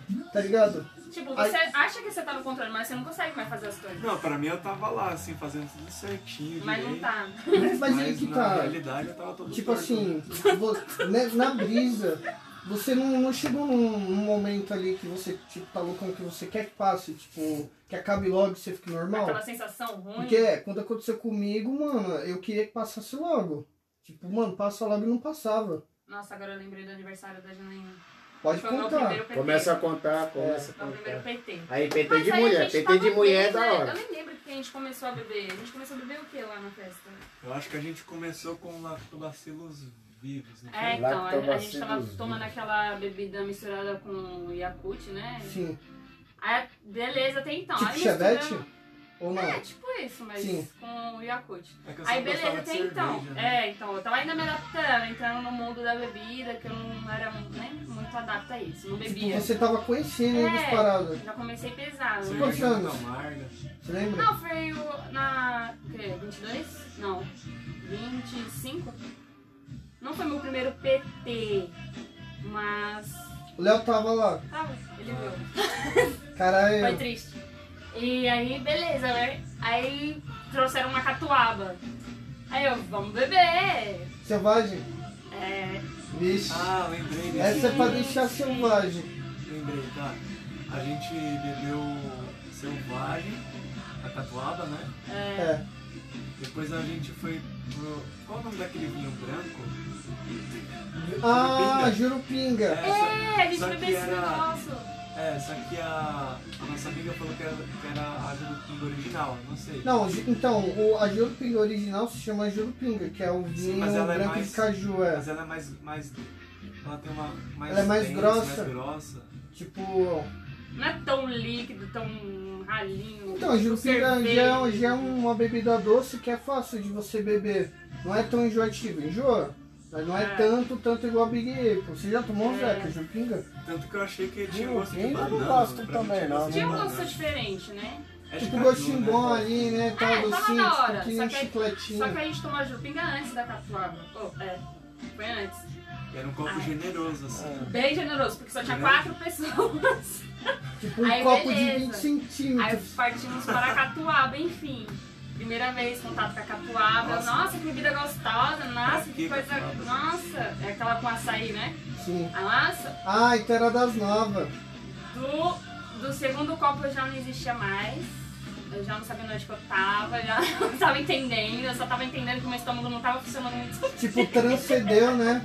[SPEAKER 3] viu?
[SPEAKER 1] Tá ligado?
[SPEAKER 3] Tipo,
[SPEAKER 1] Ai.
[SPEAKER 3] você acha que você tá no controle, mas você não consegue mais fazer as coisas.
[SPEAKER 2] Não, pra mim eu tava lá, assim, fazendo tudo certinho.
[SPEAKER 3] Mas não
[SPEAKER 2] direito,
[SPEAKER 3] tá.
[SPEAKER 1] Mas aí que
[SPEAKER 2] na
[SPEAKER 1] tá.
[SPEAKER 2] realidade eu tava todo
[SPEAKER 1] Tipo
[SPEAKER 2] torto, né?
[SPEAKER 1] assim, vo- né, na brisa, você não, não chegou num, num momento ali que você tipo, tá loucão que você quer que passe, tipo, que acabe logo e você fique normal.
[SPEAKER 3] Aquela sensação ruim.
[SPEAKER 1] Porque é, quando aconteceu comigo, mano, eu queria que passasse logo. Tipo, mano, passa logo e não passava.
[SPEAKER 3] Nossa, agora eu lembrei do aniversário da Janaína.
[SPEAKER 1] Pode
[SPEAKER 3] Foi o meu
[SPEAKER 1] contar.
[SPEAKER 3] primeiro PT.
[SPEAKER 5] Começa a contar, começa a
[SPEAKER 3] Meu primeiro
[SPEAKER 5] contar.
[SPEAKER 3] PT.
[SPEAKER 5] Aí PT
[SPEAKER 3] Mas
[SPEAKER 5] de
[SPEAKER 3] aí a
[SPEAKER 5] mulher,
[SPEAKER 3] gente
[SPEAKER 5] PT
[SPEAKER 3] tava
[SPEAKER 5] de mulher é
[SPEAKER 3] bem,
[SPEAKER 5] da
[SPEAKER 3] né?
[SPEAKER 5] hora.
[SPEAKER 3] Eu nem lembro que a gente começou a beber. A gente começou a beber o que lá na festa?
[SPEAKER 2] Eu acho que a gente começou com lactobacilos vivos, né?
[SPEAKER 3] É, então, a, a gente tava
[SPEAKER 4] Lactobacilos.
[SPEAKER 1] né?
[SPEAKER 3] tomando aquela bebida misturada com Yakut, né?
[SPEAKER 1] Sim.
[SPEAKER 3] Aí, beleza, até então.
[SPEAKER 1] Tipo
[SPEAKER 3] aí
[SPEAKER 1] chevette?
[SPEAKER 3] misturamos-
[SPEAKER 1] Ou não?
[SPEAKER 3] É, tipo isso, mas
[SPEAKER 1] Sim.
[SPEAKER 3] com Yakut.
[SPEAKER 2] É que eu só
[SPEAKER 3] Aí
[SPEAKER 2] gostava
[SPEAKER 3] beleza,
[SPEAKER 2] de
[SPEAKER 3] até então.
[SPEAKER 2] cerveja, né?
[SPEAKER 3] É, então, eu tava ainda me adaptando, entrando no mundo da bebida, que eu não era né, muito adapta a isso, não bebia.
[SPEAKER 1] Tipo, você tava conhecendo ainda as
[SPEAKER 3] É.
[SPEAKER 1] paradas.
[SPEAKER 3] Já comecei pesado.
[SPEAKER 2] Cerveja
[SPEAKER 3] né?
[SPEAKER 1] Quantos anos?
[SPEAKER 2] muito amarga.
[SPEAKER 1] Você lembra?
[SPEAKER 3] Não, foi o- na. o quê? 22? Não. 25? Não foi meu primeiro PT, mas.
[SPEAKER 1] O Léo tava lá.
[SPEAKER 3] Tava, ele viu. Foi
[SPEAKER 1] Caralho.
[SPEAKER 3] triste. E aí, beleza, né? Aí trouxeram uma catuaba. Aí eu, vamos beber.
[SPEAKER 1] Selvagem?
[SPEAKER 3] É,
[SPEAKER 1] Vixe.
[SPEAKER 2] Ah, lembrei desse.
[SPEAKER 1] Essa é pra
[SPEAKER 3] sim,
[SPEAKER 1] deixar
[SPEAKER 3] sim.
[SPEAKER 1] selvagem.
[SPEAKER 2] Lembrei, tá? A gente bebeu selvagem, a catuaba, né?
[SPEAKER 1] É.
[SPEAKER 2] Depois a gente foi pro. Qual o nome daquele vinho branco?
[SPEAKER 1] Ah,
[SPEAKER 2] Jurupinga.
[SPEAKER 1] Jurupinga.
[SPEAKER 2] É,
[SPEAKER 3] a gente
[SPEAKER 2] Só
[SPEAKER 3] bebeu
[SPEAKER 2] que
[SPEAKER 3] esse
[SPEAKER 2] era-
[SPEAKER 3] negócio.
[SPEAKER 2] só, é, só que a, a nossa amiga falou que era, que era a jurupinga original, não sei.
[SPEAKER 1] Não, ju- então, o, a Jurupinga original se chama Jurupinga, que é o vinho
[SPEAKER 2] mas ela é
[SPEAKER 1] branco
[SPEAKER 2] mais-
[SPEAKER 1] de caju, é.
[SPEAKER 2] Mas ela é mais. mais ela tem uma. Mais
[SPEAKER 1] Ela é mais
[SPEAKER 2] densa,
[SPEAKER 1] grossa.
[SPEAKER 2] Mais grossa.
[SPEAKER 1] Tipo,
[SPEAKER 3] Não é tão líquido, tão ralinho.
[SPEAKER 1] então, a Jurupinga
[SPEAKER 3] Cerveja.
[SPEAKER 1] já, é um- já é uma bebida doce que é fácil de você beber. Não é tão enjoativo, enjoa? Mas não é,
[SPEAKER 3] É.
[SPEAKER 1] tanto, tanto igual a Big Apple. Você já tomou,
[SPEAKER 3] É.
[SPEAKER 1] Zeca, Jurupinga?
[SPEAKER 2] Tanto que eu achei que tinha
[SPEAKER 4] Jurupinga
[SPEAKER 2] gosto de
[SPEAKER 4] eu não
[SPEAKER 2] banana.
[SPEAKER 4] gosto
[SPEAKER 2] pra mim
[SPEAKER 4] também,
[SPEAKER 2] tinha
[SPEAKER 4] não.
[SPEAKER 2] gosto de
[SPEAKER 3] Tinha um
[SPEAKER 2] banana.
[SPEAKER 3] gosto diferente, né?
[SPEAKER 2] É de
[SPEAKER 1] Tipo,
[SPEAKER 2] caju,
[SPEAKER 1] gostinho
[SPEAKER 2] né?
[SPEAKER 1] bom ali, né? Tá
[SPEAKER 3] É, tava
[SPEAKER 1] docinho,
[SPEAKER 3] da
[SPEAKER 1] tipo, que
[SPEAKER 3] hora, só
[SPEAKER 1] nem um
[SPEAKER 3] que aí-
[SPEAKER 1] chicletinho.
[SPEAKER 3] Só que a gente tomou a jurupinga antes da catuaba. Oh, é, foi antes.
[SPEAKER 2] Era um copo
[SPEAKER 3] Ai.
[SPEAKER 2] generoso, assim.
[SPEAKER 1] É.
[SPEAKER 3] Bem generoso, porque só tinha
[SPEAKER 1] Né?
[SPEAKER 2] Grande.
[SPEAKER 3] quatro pessoas.
[SPEAKER 1] Tipo, um
[SPEAKER 3] Aí,
[SPEAKER 1] copo
[SPEAKER 3] beleza.
[SPEAKER 1] de 20 centímetros.
[SPEAKER 3] Aí partimos para a catuaba, enfim. Primeira vez contato com a catuaba.
[SPEAKER 2] Nossa.
[SPEAKER 3] Nossa, que bebida gostosa. Nossa,
[SPEAKER 2] Que
[SPEAKER 3] que coisa.
[SPEAKER 2] catuaba.
[SPEAKER 3] Nossa, é aquela com açaí, né?
[SPEAKER 1] Sim.
[SPEAKER 3] A nossa,
[SPEAKER 1] Ah, então era das novas.
[SPEAKER 3] do, do segundo copo eu já não existia mais. Eu já não sabia onde que eu tava, já não tava entendendo. Eu só tava entendendo que meu estômago não tava funcionando muito
[SPEAKER 1] Tipo, transcendeu, né?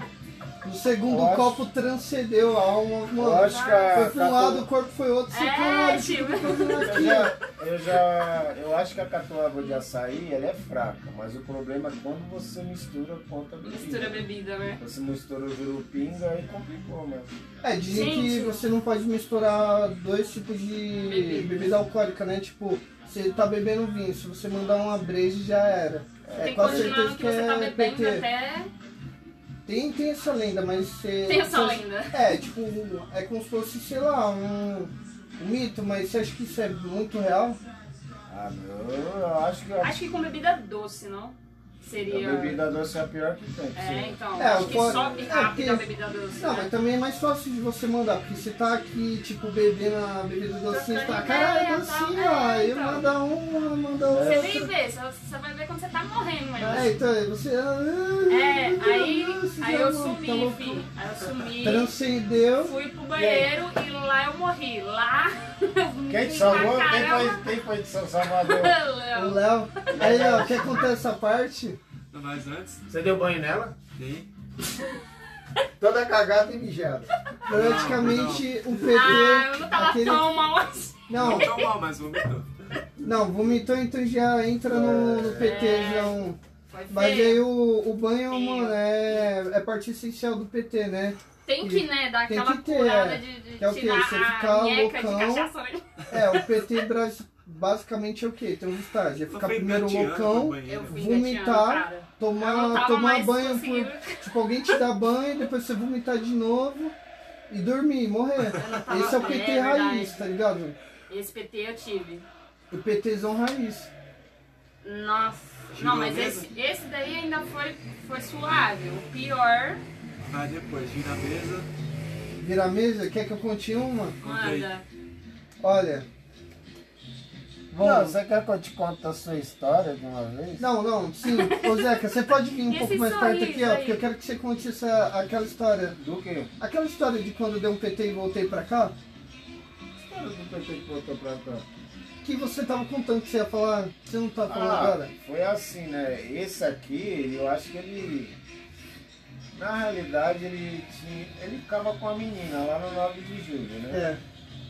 [SPEAKER 1] No segundo
[SPEAKER 4] Eu acho-
[SPEAKER 1] copo, transcendeu a alma.
[SPEAKER 4] Eu
[SPEAKER 1] Mano,
[SPEAKER 4] acho que é a
[SPEAKER 1] foi pra um
[SPEAKER 4] catu-
[SPEAKER 1] lado, o corpo foi outro. Você,
[SPEAKER 3] É,
[SPEAKER 1] caralho,
[SPEAKER 3] tipo-
[SPEAKER 1] o que eu tô fazendo
[SPEAKER 4] Eu
[SPEAKER 1] aqui?
[SPEAKER 4] já, eu já. Eu acho que a catuaba de açaí ela é fraca, mas o problema é quando você mistura com outra bebida.
[SPEAKER 3] tipo, Mistura bebida, né?
[SPEAKER 4] Você mistura o jurupinga aí complicou, né? mano.
[SPEAKER 1] É, dizem que
[SPEAKER 3] Gente.
[SPEAKER 1] você não pode misturar dois tipos de bebida,
[SPEAKER 3] Bebida.
[SPEAKER 1] alcoólica, né? Tipo, você tá bebendo vinho, se você mandar uma breja já era. É,
[SPEAKER 3] Tem que
[SPEAKER 1] com
[SPEAKER 3] continuar no
[SPEAKER 1] certeza
[SPEAKER 3] que
[SPEAKER 1] que é
[SPEAKER 3] você tá bebendo
[SPEAKER 1] PT.
[SPEAKER 3] até.
[SPEAKER 1] Tem, tem essa lenda, mas você.
[SPEAKER 3] Tem essa
[SPEAKER 1] você-
[SPEAKER 3] lenda.
[SPEAKER 1] É, tipo, é como se fosse, sei lá, um, um mito, mas você acha que isso é muito real?
[SPEAKER 5] Ah, meu, eu acho que a,
[SPEAKER 3] Acho que com bebida doce, não? Seria.
[SPEAKER 5] a bebida doce é a pior que tem.
[SPEAKER 3] É,
[SPEAKER 5] sim.
[SPEAKER 3] então.
[SPEAKER 1] É,
[SPEAKER 3] acho
[SPEAKER 1] eu
[SPEAKER 3] que
[SPEAKER 1] posso-
[SPEAKER 3] sobe
[SPEAKER 1] é,
[SPEAKER 3] rápido a
[SPEAKER 1] porque-
[SPEAKER 3] bebida doce.
[SPEAKER 1] Não,
[SPEAKER 3] né?
[SPEAKER 1] mas também é mais fácil de você mandar, porque você tá aqui, tipo, bebendo a bebida docinha, você tá,
[SPEAKER 3] Trocando ideia,
[SPEAKER 1] caralho,
[SPEAKER 3] tal.
[SPEAKER 1] docinha,
[SPEAKER 3] É,
[SPEAKER 1] aí
[SPEAKER 3] então.
[SPEAKER 1] manda uma, manda outra.
[SPEAKER 3] Você nem vê, você- você vai ver quando você tá morrendo, mas.
[SPEAKER 1] É, então, aí você...
[SPEAKER 3] É, aí,
[SPEAKER 1] Nossa, já
[SPEAKER 3] aí eu
[SPEAKER 1] não, tá
[SPEAKER 3] sumi,
[SPEAKER 1] louco. Tá
[SPEAKER 3] filho. Aí eu sumi.
[SPEAKER 1] Transcendeu.
[SPEAKER 3] Fui pro banheiro e lá eu morri. Lá eu morri
[SPEAKER 5] Quem
[SPEAKER 3] pra
[SPEAKER 5] te salvou? Quem
[SPEAKER 3] caramba.
[SPEAKER 5] foi, quem foi de São Salvador?
[SPEAKER 1] O
[SPEAKER 3] Léo.
[SPEAKER 1] Léo. Aí, ó, quer contar essa parte?
[SPEAKER 2] Mas antes,
[SPEAKER 5] Você deu banho nela?
[SPEAKER 2] tem.
[SPEAKER 5] Toda cagada e mijada.
[SPEAKER 1] Praticamente o PT.
[SPEAKER 3] Ah, eu não tava
[SPEAKER 1] aquele-
[SPEAKER 3] tão mal assim.
[SPEAKER 1] Não,
[SPEAKER 2] Não tá mal, mas vomitou.
[SPEAKER 1] não, vomitou, então já entra no, no PT,
[SPEAKER 3] É.
[SPEAKER 1] já um.
[SPEAKER 3] Foi feio.
[SPEAKER 1] Mas aí o, o banho,
[SPEAKER 3] Feio.
[SPEAKER 1] mano, é, é parte essencial do PT, né?
[SPEAKER 3] Tem que, né, dar
[SPEAKER 1] Tem
[SPEAKER 3] aquela
[SPEAKER 1] que ter,
[SPEAKER 3] curada
[SPEAKER 1] é.
[SPEAKER 3] de, de
[SPEAKER 1] Que é o quê?
[SPEAKER 3] tirar
[SPEAKER 1] Você
[SPEAKER 3] a
[SPEAKER 1] ficar
[SPEAKER 3] nheca de
[SPEAKER 1] loucão.
[SPEAKER 3] cachaça. né?
[SPEAKER 1] É, o PT bras- basicamente é o quê? Tem um estágio. É ficar primeiro loucão,
[SPEAKER 3] Eu fui
[SPEAKER 1] Vomitar,
[SPEAKER 3] gateando, cara. Eu não
[SPEAKER 1] tomar,
[SPEAKER 3] tava
[SPEAKER 1] tomar
[SPEAKER 3] mais
[SPEAKER 1] banho
[SPEAKER 3] conseguindo.
[SPEAKER 1] por. Tipo, alguém te dá banho, depois você vomitar de novo e dormir, morrer.
[SPEAKER 3] não tava-
[SPEAKER 1] Esse é o PT
[SPEAKER 3] é
[SPEAKER 1] raiz,
[SPEAKER 3] verdade.
[SPEAKER 1] tá ligado?
[SPEAKER 3] Esse PT eu tive.
[SPEAKER 1] O PTzão raiz.
[SPEAKER 3] Nossa.
[SPEAKER 2] Tirou
[SPEAKER 3] Não, mas
[SPEAKER 2] mesmo?
[SPEAKER 3] esse, esse daí ainda foi, foi suave. O pior,
[SPEAKER 2] Vai depois, vira a mesa.
[SPEAKER 1] Vira a mesa? Quer que eu conte uma?
[SPEAKER 2] Conta aí.
[SPEAKER 3] manda.
[SPEAKER 1] Olha.
[SPEAKER 4] Não,
[SPEAKER 1] Vamos.
[SPEAKER 4] você quer que eu te conte a sua história de uma vez?
[SPEAKER 1] Não, não, sim. Ô Zeca, você pode vir um
[SPEAKER 3] E
[SPEAKER 1] pouco
[SPEAKER 3] esse
[SPEAKER 1] mais perto
[SPEAKER 3] sorriso
[SPEAKER 1] aqui, ó,
[SPEAKER 3] aí?
[SPEAKER 1] porque eu quero que você conte essa, aquela história.
[SPEAKER 5] Do quê?
[SPEAKER 1] Aquela história de quando deu um PT e voltei pra cá,
[SPEAKER 5] Cara, do PT que voltou pra cá.
[SPEAKER 1] que você tava contando que você ia falar, você não tá falando
[SPEAKER 5] Ah,
[SPEAKER 1] agora.
[SPEAKER 5] foi assim, né? Esse aqui, eu acho que ele. Na realidade, ele tinha. Ele ficava com a menina lá no 9 de julho, né?
[SPEAKER 1] É,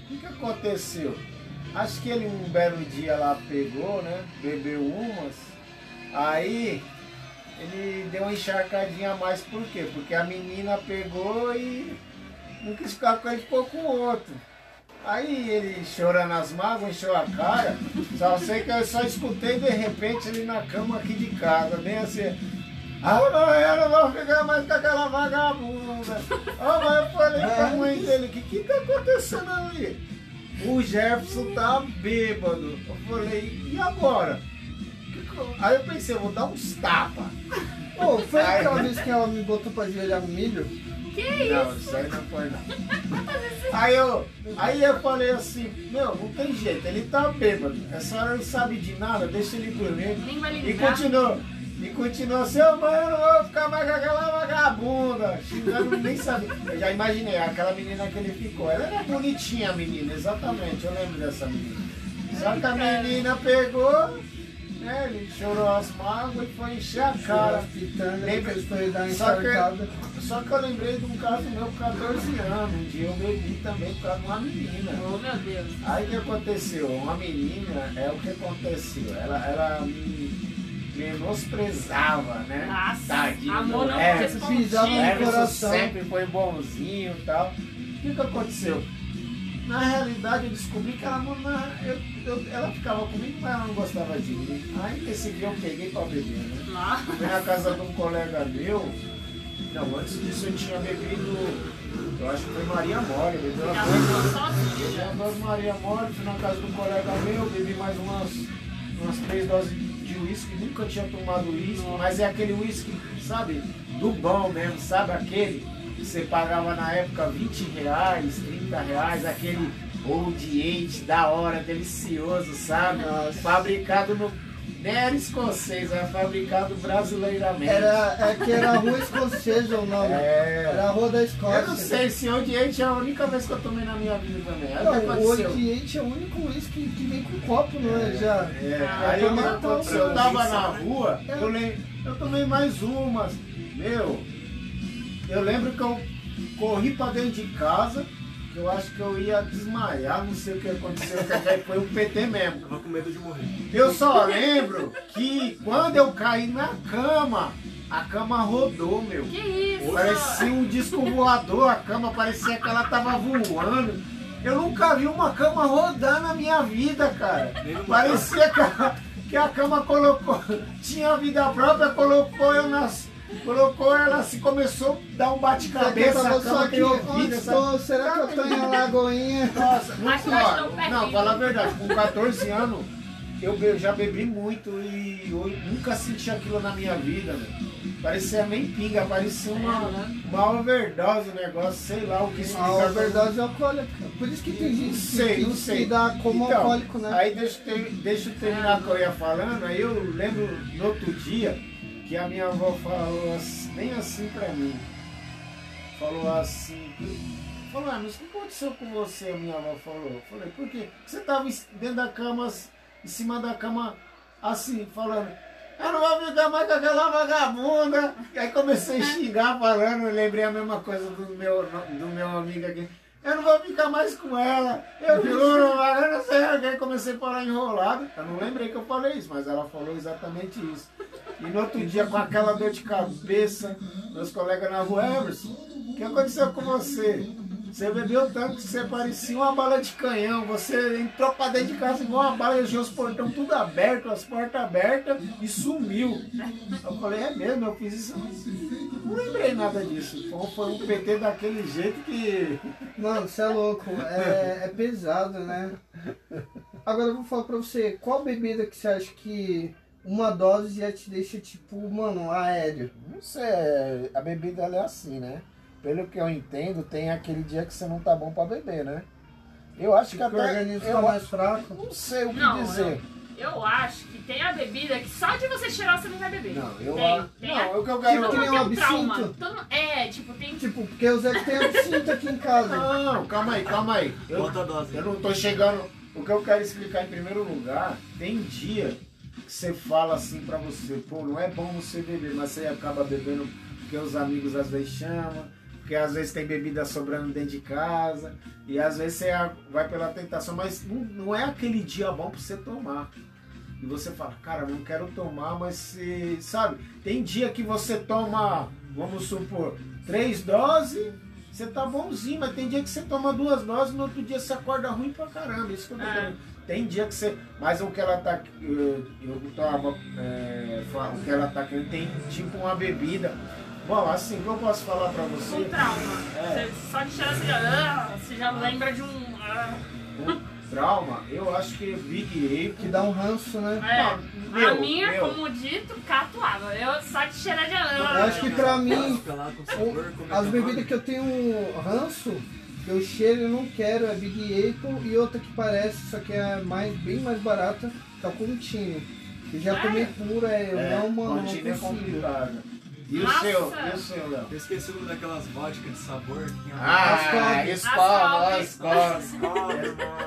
[SPEAKER 5] O que, que aconteceu? Acho que ele um belo dia lá pegou, né? Bebeu umas. Aí ele deu uma encharcadinha a mais, por quê? Porque a menina pegou e não quis ficar com ele, ficou com o outro. Aí ele chorando as mágoas, encheu a cara. Só sei que eu só escutei de repente ele na cama aqui de casa, bem assim. Ah, não, eu não vou ficar mais com aquela vagabunda. Ah, mas eu falei pra mãe dele, o que que tá acontecendo ali? O Jefferson tá bêbado. Eu falei, e agora? Que que eu- Aí eu pensei, eu vou dar uns tapas.
[SPEAKER 1] Ô, foi
[SPEAKER 5] Ai.
[SPEAKER 1] aquela vez que ela me botou pra ajoelhar no milho?
[SPEAKER 5] Não, isso aí não foi não. Aí eu, aí eu falei assim, meu, não tem jeito, ele tá bêbado. Essa hora não sabe de nada, deixa ele dormir.
[SPEAKER 3] Nem vai
[SPEAKER 5] E
[SPEAKER 3] ligar.
[SPEAKER 5] continuou. E continuou, seu mano, eu vou ficar mais com aquela vagabunda. Xingando, nem sabia. Eu já imaginei aquela menina que ele ficou. Ela era bonitinha a menina, exatamente. Eu lembro dessa menina. Só que a menina pegou, né? Ele chorou as mágoas e foi encher a cara.
[SPEAKER 1] pitanga,
[SPEAKER 5] lembra-
[SPEAKER 1] depois foi dar uma
[SPEAKER 5] só que-
[SPEAKER 1] encharcada.
[SPEAKER 5] Só que eu lembrei de um caso meu com 14 anos. Um dia eu bebi também por causa de uma menina.
[SPEAKER 3] Oh, meu Deus.
[SPEAKER 5] Aí o que aconteceu? Uma menina, é o que aconteceu. Ela, ela me menosprezava, né?
[SPEAKER 3] Nossa,
[SPEAKER 5] Tadinho
[SPEAKER 3] amor
[SPEAKER 5] do
[SPEAKER 3] não
[SPEAKER 5] Everson.
[SPEAKER 1] Fiz a
[SPEAKER 5] O
[SPEAKER 1] mãe.
[SPEAKER 3] correspondido.
[SPEAKER 5] Everson
[SPEAKER 1] coração.
[SPEAKER 5] sempre foi bonzinho e tal. O que, que aconteceu? Na realidade eu descobri que ela não. na- eu- eu- ela ficava comigo, mas ela não gostava de mim. Aí nesse dia eu peguei pra beber, né?
[SPEAKER 3] Nossa,
[SPEAKER 5] Fui na casa de um colega meu. Não, antes disso eu tinha bebido. Eu acho que foi Maria Mole, bebeu uma
[SPEAKER 3] ela
[SPEAKER 5] coisa.
[SPEAKER 3] ficou sozinha.
[SPEAKER 5] Já duas Maria Mole, fui na casa do colega meu, bebi mais umas, umas três doses de uísque, nunca tinha tomado uísque, mas é aquele uísque, sabe, do bom mesmo, sabe aquele que você pagava na época 20 reais, 30 reais, aquele old eight da hora, delicioso, sabe?
[SPEAKER 1] Nossa.
[SPEAKER 5] Fabricado no. Nem era escocês, era fabricado brasileiramente.
[SPEAKER 1] Era, é que era a rua escocesa o nome.
[SPEAKER 5] É.
[SPEAKER 1] Era a rua da Escócia.
[SPEAKER 5] Eu não sei se old eight é a única vez que eu tomei na minha vida também. Aí o que
[SPEAKER 1] Não, o
[SPEAKER 5] aconteceu?
[SPEAKER 1] Oriente é o único uísque que vem com copo, não é? Já.
[SPEAKER 5] É,
[SPEAKER 3] Ah,
[SPEAKER 5] aí
[SPEAKER 1] tá
[SPEAKER 5] eu,
[SPEAKER 1] bom,
[SPEAKER 5] eu,
[SPEAKER 1] então.
[SPEAKER 5] eu tava na rua, eu, lem- eu tomei mais umas. Meu, eu lembro que eu corri pra dentro de casa, que eu acho que eu ia desmaiar, não sei o que aconteceu, que aí foi um PT mesmo.
[SPEAKER 2] Tava com medo de morrer.
[SPEAKER 5] Eu só lembro que quando eu caí na cama, a cama rodou, meu.
[SPEAKER 3] Que isso?
[SPEAKER 5] Parecia um disco voador, a cama parecia que ela tava voando. Eu nunca vi uma cama rodar na minha vida, cara.
[SPEAKER 2] Nem uma.
[SPEAKER 5] Parecia que a, que a cama colocou, tinha vida própria, colocou eu nas. Colocou ela assim, começou a dar um bate-cabeça,
[SPEAKER 1] Será que eu
[SPEAKER 5] a
[SPEAKER 1] tava
[SPEAKER 5] cama
[SPEAKER 1] só aqui,
[SPEAKER 5] criou
[SPEAKER 1] onde
[SPEAKER 5] vídeo,
[SPEAKER 1] estou? Será que eu tô em Alagoinha?
[SPEAKER 5] nossa,
[SPEAKER 3] Mas
[SPEAKER 5] muito
[SPEAKER 3] nós
[SPEAKER 5] hora.
[SPEAKER 3] estamos perdidos.
[SPEAKER 5] Não, fala a verdade, com 14 anos, Eu be- já bebi muito e eu nunca senti aquilo na minha vida, velho. Parecia nem pinga, parecia
[SPEAKER 3] É,
[SPEAKER 5] uma,
[SPEAKER 3] né?
[SPEAKER 5] uma overdose o negócio, sei lá o que
[SPEAKER 1] A
[SPEAKER 5] explicar.
[SPEAKER 1] overdose é alcoólica. Por isso que tem gente que-
[SPEAKER 5] Sei,
[SPEAKER 1] que,
[SPEAKER 5] não sei.
[SPEAKER 1] que dá como
[SPEAKER 5] Então,
[SPEAKER 1] alcoólico, né?
[SPEAKER 5] Aí deixa eu, ter- deixa eu terminar o que eu ia falando. Aí eu lembro no outro dia que a minha avó falou assim, bem assim pra mim. Falou assim. Falou, ah, mas o que aconteceu com você? A minha avó falou. Eu falei, por quê? Você tava em- dentro da cama, em cima da cama, assim, falando. Eu não vou ficar mais com aquela vagabunda. E aí comecei a xingar falando, eu lembrei a mesma coisa do meu, do meu amigo aqui. Eu não vou ficar mais com ela. Eu juro, mas eu não sei o que. Comecei a falar enrolado. Eu não lembrei que eu falei isso, mas ela falou exatamente isso. E no outro dia, com aquela dor de cabeça, meus colegas na rua, Everson, o que aconteceu com você? Você bebeu tanto que você parecia uma bala de canhão. Você entrou pra dentro de casa igual uma bala, deixou os portões tudo aberto, as portas abertas e sumiu. Eu falei, é mesmo, eu fiz isso. Não lembrei nada disso. Foi- Foi um PT daquele jeito que.
[SPEAKER 1] Mano, você é louco, é, é pesado, né? Agora eu vou falar pra você, qual bebida que você acha que uma dose já te deixa, tipo, mano, aéreo?
[SPEAKER 4] Não sei, a bebida ela é assim, né? Pelo que eu entendo, tem aquele dia que você não tá bom pra beber, né? Eu acho que
[SPEAKER 1] Porque o
[SPEAKER 4] até.
[SPEAKER 1] organismo tá
[SPEAKER 4] Eu
[SPEAKER 1] mais fraco.
[SPEAKER 4] não sei o que
[SPEAKER 3] Não, é
[SPEAKER 4] dizer.
[SPEAKER 3] Eu acho que tem a bebida que só de você cheirar você não vai beber.
[SPEAKER 4] Não, eu
[SPEAKER 3] tem,
[SPEAKER 4] acho.
[SPEAKER 3] tem a...
[SPEAKER 5] Não, o que eu
[SPEAKER 1] Tipo,
[SPEAKER 5] quero.
[SPEAKER 3] Todo
[SPEAKER 1] que nem
[SPEAKER 3] mundo tem um
[SPEAKER 1] um
[SPEAKER 3] trauma.
[SPEAKER 1] absinto.
[SPEAKER 3] Todo mundo- É, tipo, tem
[SPEAKER 1] Tipo, porque o Zé que tem absinto aqui em casa.
[SPEAKER 5] Não, calma aí, calma aí. Eu,
[SPEAKER 2] Outra dose.
[SPEAKER 5] eu não tô chegando. O que eu quero explicar em primeiro lugar, tem dia que você fala assim pra você, pô, não é bom você beber, mas você acaba bebendo porque os amigos às vezes chamam, porque às vezes tem bebida sobrando dentro de casa, e às vezes você a- vai pela tentação, mas não, não é aquele dia bom pra você tomar. E você fala, cara, não quero tomar, mas você, sabe, tem dia que você toma, vamos supor, três doses, você tá bonzinho, mas tem dia que você toma duas doses no outro dia você acorda ruim pra caramba. Isso que eu tô
[SPEAKER 3] É.
[SPEAKER 5] falando. Tem dia que você. Mas o que ela tá. Eu, eu tava. é, fa- o que ela tá querendo tem tipo uma bebida. Bom, assim, o que eu posso falar pra
[SPEAKER 3] um
[SPEAKER 5] você?
[SPEAKER 3] trauma.
[SPEAKER 5] É.
[SPEAKER 3] Você só de cheirar você já, ah, você já lembra de um. ah,
[SPEAKER 5] Um trauma, eu acho que Big
[SPEAKER 1] Que
[SPEAKER 5] Ape.
[SPEAKER 1] dá um ranço, né?
[SPEAKER 3] é.
[SPEAKER 5] Não,
[SPEAKER 3] a
[SPEAKER 5] meu,
[SPEAKER 3] minha,
[SPEAKER 5] meu.
[SPEAKER 3] como dito, catuava. Eu só de cheirar já.
[SPEAKER 1] Eu acho que pra mim,
[SPEAKER 2] Fica lá com sabor, como
[SPEAKER 1] o-
[SPEAKER 2] é
[SPEAKER 1] as
[SPEAKER 2] que é o nome?
[SPEAKER 1] bebidas que eu tenho um ranço, eu cheiro e não quero, é Big Apple e outra que parece, só que é mais, bem mais barata, que é o Continho. Eu já
[SPEAKER 3] Ah,
[SPEAKER 1] tomei pura, eu
[SPEAKER 5] É,
[SPEAKER 1] não, mano, não
[SPEAKER 5] Continua é
[SPEAKER 1] consigo.
[SPEAKER 5] complicado. E o
[SPEAKER 3] Nossa.
[SPEAKER 5] seu? E o seu, Léo?
[SPEAKER 2] Eu esqueci o nome daquelas vodkas de sabor que tem
[SPEAKER 5] Ah,
[SPEAKER 1] Ascove.
[SPEAKER 5] escola,
[SPEAKER 3] Ascove.
[SPEAKER 5] escola.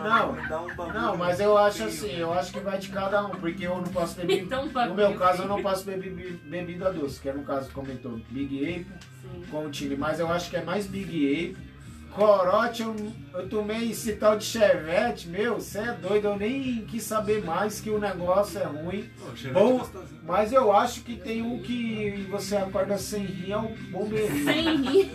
[SPEAKER 5] Não,
[SPEAKER 2] Não,
[SPEAKER 5] Não, mas eu acho assim, eu acho que vai de cada um, porque eu não posso beber.
[SPEAKER 3] Então,
[SPEAKER 5] No meu caso, eu não posso beber be- bebida doce, que é no caso comentou Big
[SPEAKER 3] Sim.
[SPEAKER 5] Ape com o Chile, mas eu acho que é mais Big Ape. Corote, eu, eu tomei esse tal de Chevette, meu, você é doido, eu nem quis saber mais que o negócio é ruim. Bom, Mas eu acho que tem um que você acorda sem rir, é um bombeiro.
[SPEAKER 3] Sem rir.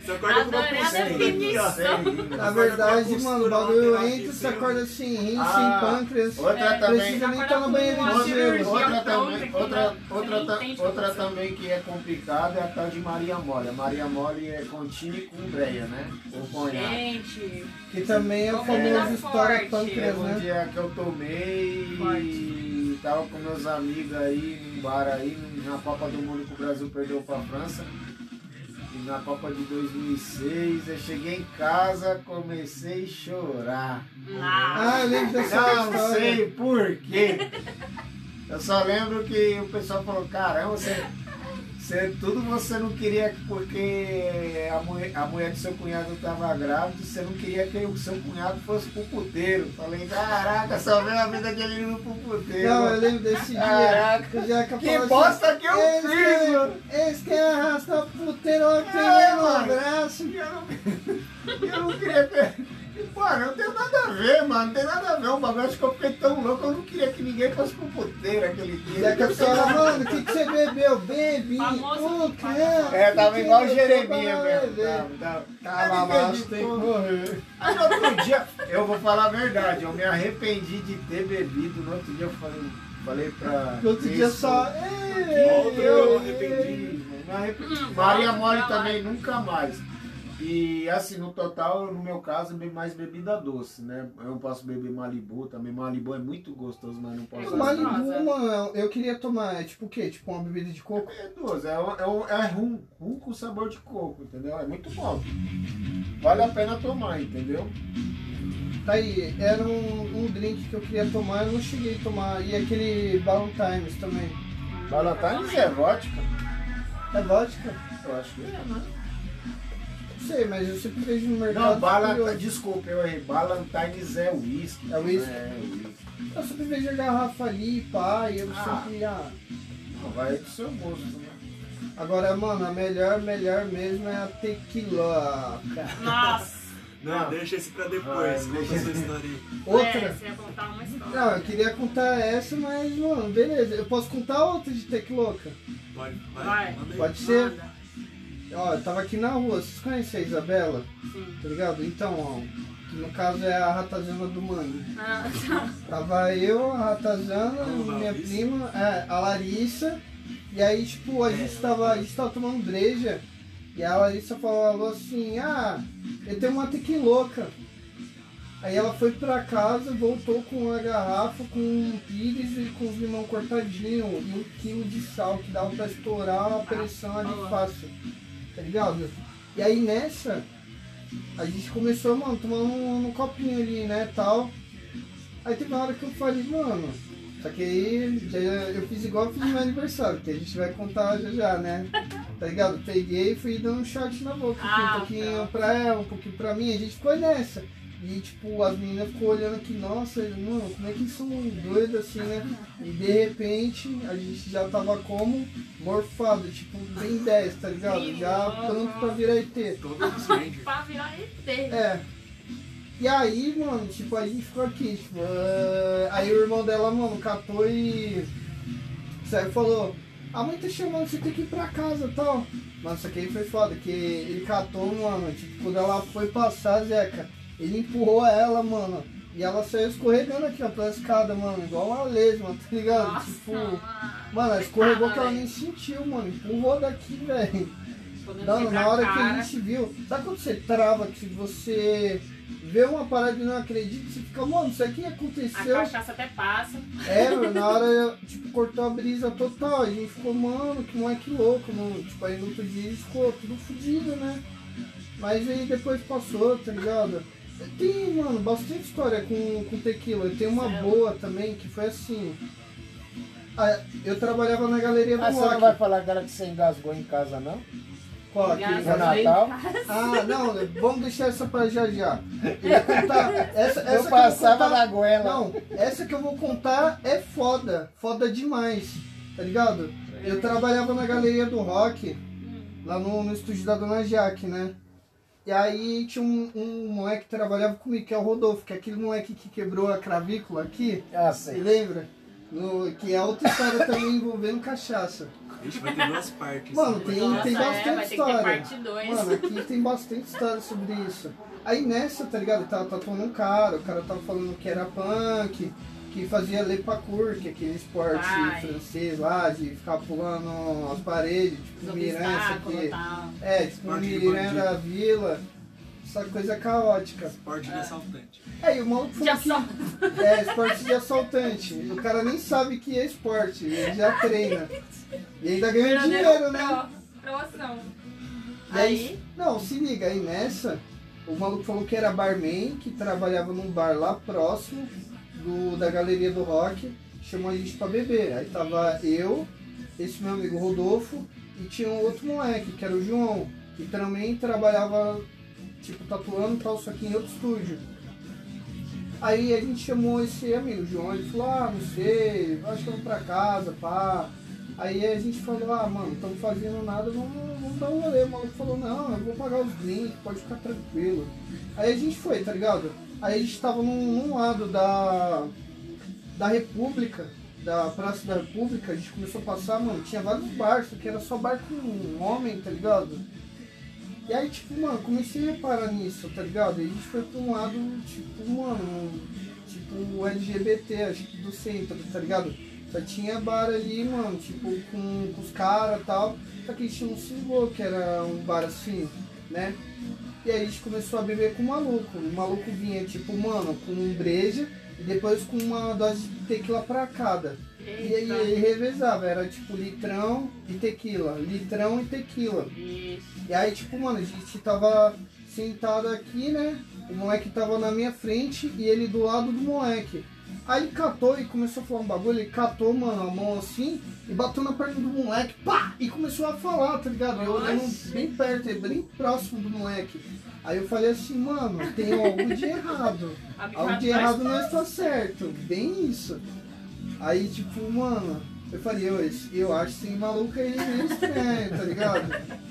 [SPEAKER 2] Você acorda com uma
[SPEAKER 3] Adorei a
[SPEAKER 2] pulseira né? aqui, ó.
[SPEAKER 3] definição.
[SPEAKER 1] Na
[SPEAKER 2] Agora
[SPEAKER 1] verdade,
[SPEAKER 2] tem a
[SPEAKER 1] mano, o
[SPEAKER 2] postura
[SPEAKER 1] bagulho
[SPEAKER 2] lateral
[SPEAKER 1] entra,
[SPEAKER 2] aqui,
[SPEAKER 1] você acorda sem assim, rim,
[SPEAKER 5] Ah,
[SPEAKER 1] sem pâncreas.
[SPEAKER 5] Outra
[SPEAKER 3] É,
[SPEAKER 5] também.
[SPEAKER 1] Precisa nem estar no banheiro
[SPEAKER 3] Uma
[SPEAKER 1] de né?
[SPEAKER 3] cirurgia.
[SPEAKER 1] gelo.
[SPEAKER 5] Outra
[SPEAKER 3] pronta
[SPEAKER 5] também,
[SPEAKER 3] que
[SPEAKER 5] outra,
[SPEAKER 3] não-
[SPEAKER 5] outra,
[SPEAKER 3] não
[SPEAKER 5] ta-
[SPEAKER 3] entende
[SPEAKER 5] outra
[SPEAKER 3] como
[SPEAKER 5] também que é complicada é a tal de Maria Mole. A Maria Mole é contínua e com breia, né? Ou conhaque.
[SPEAKER 3] Gente.
[SPEAKER 1] Que também é o
[SPEAKER 3] Vamos combinar
[SPEAKER 1] famoso estoura
[SPEAKER 3] forte.
[SPEAKER 1] pâncreas,
[SPEAKER 5] Teve um
[SPEAKER 1] né?
[SPEAKER 5] dia que eu tomei e tava com meus amigos aí num bar aí, na Copa do Mundo que o Brasil perdeu pra França. E na Copa de 2006, eu cheguei em casa, comecei a chorar.
[SPEAKER 3] Ah,
[SPEAKER 1] Ah, eu lembro dessa
[SPEAKER 5] Não
[SPEAKER 1] história.
[SPEAKER 5] sei por quê. Eu só lembro que o pessoal falou, caramba, você, você- tudo você não queria porque a mulher, a mulher do seu cunhado estava grávida, você não queria que o seu cunhado fosse pro puteiro. Falei, caraca, só veio a vida dele indo pro puteiro.
[SPEAKER 1] Não, eu lembro desse dia.
[SPEAKER 5] Caraca,
[SPEAKER 1] O Jeca
[SPEAKER 5] que
[SPEAKER 1] falou assim,
[SPEAKER 5] bosta que eu
[SPEAKER 1] "Eles
[SPEAKER 5] fiz, mano.
[SPEAKER 1] querem- Eles querem arrastar o puteiro aqui
[SPEAKER 5] É,
[SPEAKER 1] no
[SPEAKER 5] mano.
[SPEAKER 1] abraço.
[SPEAKER 5] Eu não, eu não queria que. Mano, não tem nada a ver, mano. Não tem nada a ver. O bagulho acho que eu fiquei tão louco, eu não queria que ninguém fosse pro puteiro aquele
[SPEAKER 1] O
[SPEAKER 5] dia.
[SPEAKER 1] Jeca fala, mano, o que, que você bebeu? Bebi,
[SPEAKER 3] Famoso
[SPEAKER 1] o quê?
[SPEAKER 5] É, tava igual o
[SPEAKER 1] Eu tô
[SPEAKER 5] Jeremias
[SPEAKER 1] pra
[SPEAKER 5] mesmo.
[SPEAKER 1] beber.
[SPEAKER 5] Tava, tava.
[SPEAKER 1] Tava
[SPEAKER 5] Eu me
[SPEAKER 1] abaixo,
[SPEAKER 5] perdi,
[SPEAKER 1] Tá tem que
[SPEAKER 5] pô.
[SPEAKER 1] correr.
[SPEAKER 5] Aí no outro dia, eu vou falar a verdade, eu me arrependi de ter bebido. No outro dia eu falei, falei pra.
[SPEAKER 1] No outro dia
[SPEAKER 5] Cris,
[SPEAKER 1] só...
[SPEAKER 5] Eu,
[SPEAKER 1] "Ei,
[SPEAKER 5] eu me
[SPEAKER 1] ei, ei".
[SPEAKER 5] arrependi. Me arrependi.
[SPEAKER 3] Hum,
[SPEAKER 5] Maria
[SPEAKER 3] volta
[SPEAKER 5] Mole
[SPEAKER 3] pra lá.
[SPEAKER 5] também, nunca mais. E assim, no total, no meu caso, eu bebo mais bebida doce, né? Eu não posso beber Malibu também. Malibu é muito gostoso, mas não posso.
[SPEAKER 3] É
[SPEAKER 5] Malibu
[SPEAKER 1] Malibu, mano, eu queria tomar, é tipo o quê? Tipo uma bebida de coco?
[SPEAKER 5] é doce, é, um- é, um- é rum. Rum com sabor de coco, entendeu? É muito bom. Vale a pena tomar, entendeu?
[SPEAKER 1] Tá aí, era um, um drink que eu queria tomar, eu não cheguei a tomar. E aquele Ballon Times também.
[SPEAKER 5] Valentine's é vodka.
[SPEAKER 1] É vodka?
[SPEAKER 5] Eu acho que é, né?
[SPEAKER 1] Não sei, mas eu sempre vejo no mercado.
[SPEAKER 5] Não, bala,
[SPEAKER 1] curioso.
[SPEAKER 5] desculpa, eu errei. Valentine's é whisky.
[SPEAKER 1] É whisky?
[SPEAKER 5] É, whisky.
[SPEAKER 1] Eu sempre vejo a garrafa ali, pá, e eu
[SPEAKER 5] Ah.
[SPEAKER 1] sempre. Ah.
[SPEAKER 5] Não, vai do seu gosto, né?
[SPEAKER 1] Agora, mano, a melhor, melhor mesmo é a tequila. cara.
[SPEAKER 3] Nossa,
[SPEAKER 2] Não,
[SPEAKER 5] Não.
[SPEAKER 2] deixa esse pra
[SPEAKER 5] Ah,
[SPEAKER 2] depois. Conta
[SPEAKER 5] deixa-
[SPEAKER 2] a sua história aí.
[SPEAKER 3] É,
[SPEAKER 1] Outra.
[SPEAKER 3] você ia contar uma história.
[SPEAKER 1] Não, é eu queria contar essa, mas, mano, beleza. Eu posso contar outra de tequiloca?
[SPEAKER 2] Pode, vai,
[SPEAKER 3] Vai.
[SPEAKER 2] manda aí.
[SPEAKER 1] Pode ser? Ó, eu tava aqui na rua, vocês conhecem a Isabela?
[SPEAKER 3] Sim.
[SPEAKER 1] Tá ligado? Então, ó, que no caso é a ratazana do mangue.
[SPEAKER 3] Ah,
[SPEAKER 1] Tava eu, a Ratazana,
[SPEAKER 2] Ah,
[SPEAKER 1] minha
[SPEAKER 2] Larissa.
[SPEAKER 1] prima, é, a Larissa. E aí, tipo, a
[SPEAKER 2] É,
[SPEAKER 1] gente
[SPEAKER 2] ela
[SPEAKER 1] tava, a gente tava tomando breja. E a Larissa falou assim: Ah, eu tenho uma tequiloca. Aí ela foi pra casa, voltou com a garrafa, com um pires e com os limão cortadinho e um quilo de sal que dava pra estourar a
[SPEAKER 2] Ah,
[SPEAKER 1] pressão ali
[SPEAKER 3] boa.
[SPEAKER 1] fácil. Tá ligado? E aí nessa, a gente começou, mano, tomando um, um copinho ali, né, tal. Aí teve uma hora que eu falei, mano, só que aí já, eu fiz igual eu fiz no meu aniversário, que a gente vai contar já já, né? Tá ligado? Peguei e fui dando um shot na boca, assim,
[SPEAKER 3] Ah,
[SPEAKER 1] um pouquinho
[SPEAKER 3] tá.
[SPEAKER 1] pra ela, um pouquinho pra mim, a gente ficou nessa. E tipo, as meninas ficou olhando aqui, nossa, mano, como é que eles são doidos assim, né? E de repente a gente já tava como morfado, tipo, bem 10, tá ligado?
[SPEAKER 3] Que
[SPEAKER 1] Já
[SPEAKER 3] louco.
[SPEAKER 1] pronto pra virar ET.
[SPEAKER 2] Todos os Rangers.
[SPEAKER 3] pra virar ET.
[SPEAKER 1] É. E aí, mano, tipo, a gente ficou aqui, tipo, ah, aí o irmão dela, mano, catou e saiu e falou, a mãe tá chamando, você tem que ir pra casa e tal. Mano, isso aqui foi foda, que ele catou, mano, tipo, quando ela foi passar, Zeca, ele empurrou ela, mano. E ela saiu escorregando aqui, ó, pela escada, mano, igual uma lesma, tá ligado?
[SPEAKER 3] Nossa,
[SPEAKER 1] tipo,
[SPEAKER 3] mano.
[SPEAKER 1] mano, ela escorregou que ela
[SPEAKER 3] Coitada,
[SPEAKER 1] nem sentiu, mano, empurrou daqui, velho.
[SPEAKER 3] velho. Podendo
[SPEAKER 1] Não,
[SPEAKER 3] quebrar
[SPEAKER 1] na hora
[SPEAKER 3] a
[SPEAKER 1] que a
[SPEAKER 3] cara.
[SPEAKER 1] gente viu, sabe quando você trava, que você vê uma parada e não acredita, você fica, mano, isso aqui
[SPEAKER 3] A
[SPEAKER 1] aconteceu.
[SPEAKER 3] cachaça até passa.
[SPEAKER 1] É, mano, na hora, tipo, cortou a brisa total. A gente ficou, mano, que moleque louco, mano. Tipo, aí no outro dia ficou tudo fodido, né? Mas aí depois passou, tá ligado? Tem, mano, bastante história com, com tequila. Tem uma
[SPEAKER 3] Sério?
[SPEAKER 1] boa também, que foi assim. Ah, Eu trabalhava na galeria do
[SPEAKER 4] Ah, você não
[SPEAKER 1] rock.
[SPEAKER 4] vai falar aquela que você engasgou em casa, não?
[SPEAKER 1] Qual?
[SPEAKER 3] Obrigada,
[SPEAKER 1] Aquele-
[SPEAKER 4] No
[SPEAKER 3] Engasguei.
[SPEAKER 4] Natal?
[SPEAKER 1] Ah, não, vamos deixar essa pra já já. Eu ia contar. Essa, essa que
[SPEAKER 4] Eu passava
[SPEAKER 1] vou
[SPEAKER 4] na
[SPEAKER 1] contar,
[SPEAKER 4] goela.
[SPEAKER 1] Não, essa que eu vou contar é foda. Foda demais. Tá ligado? Eu trabalhava na galeria do rock, lá no, no estúdio da Dona Jaque, né? E aí tinha um, um moleque que trabalhava comigo, que é o Rodolfo, que é aquele moleque que quebrou a clavícula aqui,
[SPEAKER 4] Ah,
[SPEAKER 1] você
[SPEAKER 4] sei.
[SPEAKER 1] lembra? No- que é outra história também envolvendo cachaça.
[SPEAKER 2] Vixe, vai ter duas partes. assim,
[SPEAKER 1] Mano, tem,
[SPEAKER 2] Vai ter-
[SPEAKER 1] tem
[SPEAKER 3] Nossa, é,
[SPEAKER 1] bastante
[SPEAKER 3] vai ter que ter
[SPEAKER 1] história.
[SPEAKER 3] parte dois.
[SPEAKER 1] Mano, aqui tem bastante história sobre isso. Aí nessa, tá ligado? Tava tatuando um cara, o cara tava falando que era punk, que fazia le parkour, que é aquele esporte
[SPEAKER 3] Vai.
[SPEAKER 1] francês lá, de ficar pulando as paredes, tipo
[SPEAKER 3] Os
[SPEAKER 1] Miranda,
[SPEAKER 3] obstáculos tá? e
[SPEAKER 1] aqui.
[SPEAKER 3] tal.
[SPEAKER 1] É, tipo
[SPEAKER 2] Esporte de
[SPEAKER 1] Miranda Vila, essa coisa caótica.
[SPEAKER 2] Esporte de assaltante.
[SPEAKER 3] Tá
[SPEAKER 1] Aí o maluco
[SPEAKER 3] Já
[SPEAKER 1] falou que
[SPEAKER 3] só.
[SPEAKER 1] é, esporte de assaltante. O cara nem sabe que é esporte, ele já treina. E ainda ganha
[SPEAKER 3] é
[SPEAKER 1] dinheiro, né?
[SPEAKER 3] Pro- Promoção.
[SPEAKER 1] E
[SPEAKER 3] Aí,
[SPEAKER 1] Não, se liga, aí nessa, o maluco falou que era barman, que trabalhava num bar lá próximo do, da galeria do rock, chamou a gente pra beber. Aí tava eu, esse meu amigo Rodolfo, e tinha um outro moleque, que era o João, que também trabalhava, tipo, tatuando e tal, só que em outro estúdio. Aí a gente chamou esse amigo, o João, ele falou, ah, não sei, acho que eu vou pra casa, pá. Aí a gente falou, ah, mano, estamos fazendo nada, vamos, vamos dar um rolê. O maluco falou, não, eu vou pagar os drinks, pode ficar tranquilo. Aí a gente foi, tá ligado? Aí a gente tava num, num lado da, da República, da Praça da República, a gente começou a passar, mano, tinha vários barcos, que era só barco com homem, tá ligado? E aí, tipo, mano, comecei a reparar nisso, tá ligado? E a gente foi pra um lado, tipo, mano, tipo LGBT, acho que do centro, tá ligado? Só tinha bar ali, mano, tipo, com, com os caras e tal. Só que a gente não se ligou que era um bar assim, né? né? E aí a gente começou a beber com o maluco. O maluco vinha, tipo, mano, com um breja e depois com uma dose de tequila pra cada. E aí ele
[SPEAKER 3] Eita.
[SPEAKER 1] revezava, era tipo litrão e tequila, litrão e tequila.
[SPEAKER 3] Isso.
[SPEAKER 1] E aí, tipo, mano, a gente tava sentado aqui, né? O moleque tava na minha frente e ele do lado do moleque. Aí ele catou e começou a falar um bagulho, ele catou, mano, a mão assim e bateu na perna do moleque, pá! E começou a falar, tá ligado? Eu olhando
[SPEAKER 3] Oxi.
[SPEAKER 1] bem perto, ele bem próximo do moleque. Aí eu falei assim, mano, tem algo de errado.
[SPEAKER 3] A bicha
[SPEAKER 1] Algo de
[SPEAKER 3] tá-
[SPEAKER 1] errado não é está certo. Bem isso. Aí, tipo, mano, eu falei, eu, eu acho esse maluco aí meio estranho, tá ligado?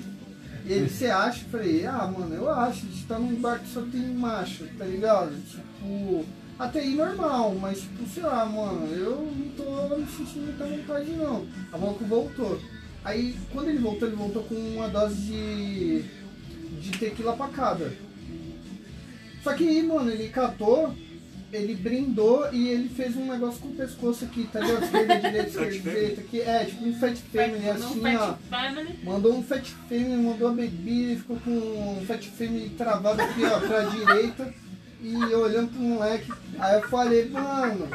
[SPEAKER 1] E ele, você acha? Eu falei, ah, mano, eu acho. A gente tá num bar que só tem macho, tá ligado? Tipo, até aí normal, mas, tipo, sei lá, mano, eu não tô me sentindo muita vontade, não. A maluco voltou. Aí, quando ele voltou, ele voltou com uma dose de, de tequila pra cada. Só que aí, mano, ele catou, ele brindou e ele fez um negócio com o pescoço aqui, tá ligado? Esquerda, direita, esquerda,
[SPEAKER 2] Fat family.
[SPEAKER 1] direita, aqui. É, tipo um fat family,
[SPEAKER 3] Não,
[SPEAKER 1] assim,
[SPEAKER 3] Fat
[SPEAKER 1] ó.
[SPEAKER 3] Family.
[SPEAKER 1] Mandou um Fat Family, mandou a bebida e ficou com um Fat Family travado aqui, ó, pra direita. E olhando pro moleque. Aí eu falei, mano,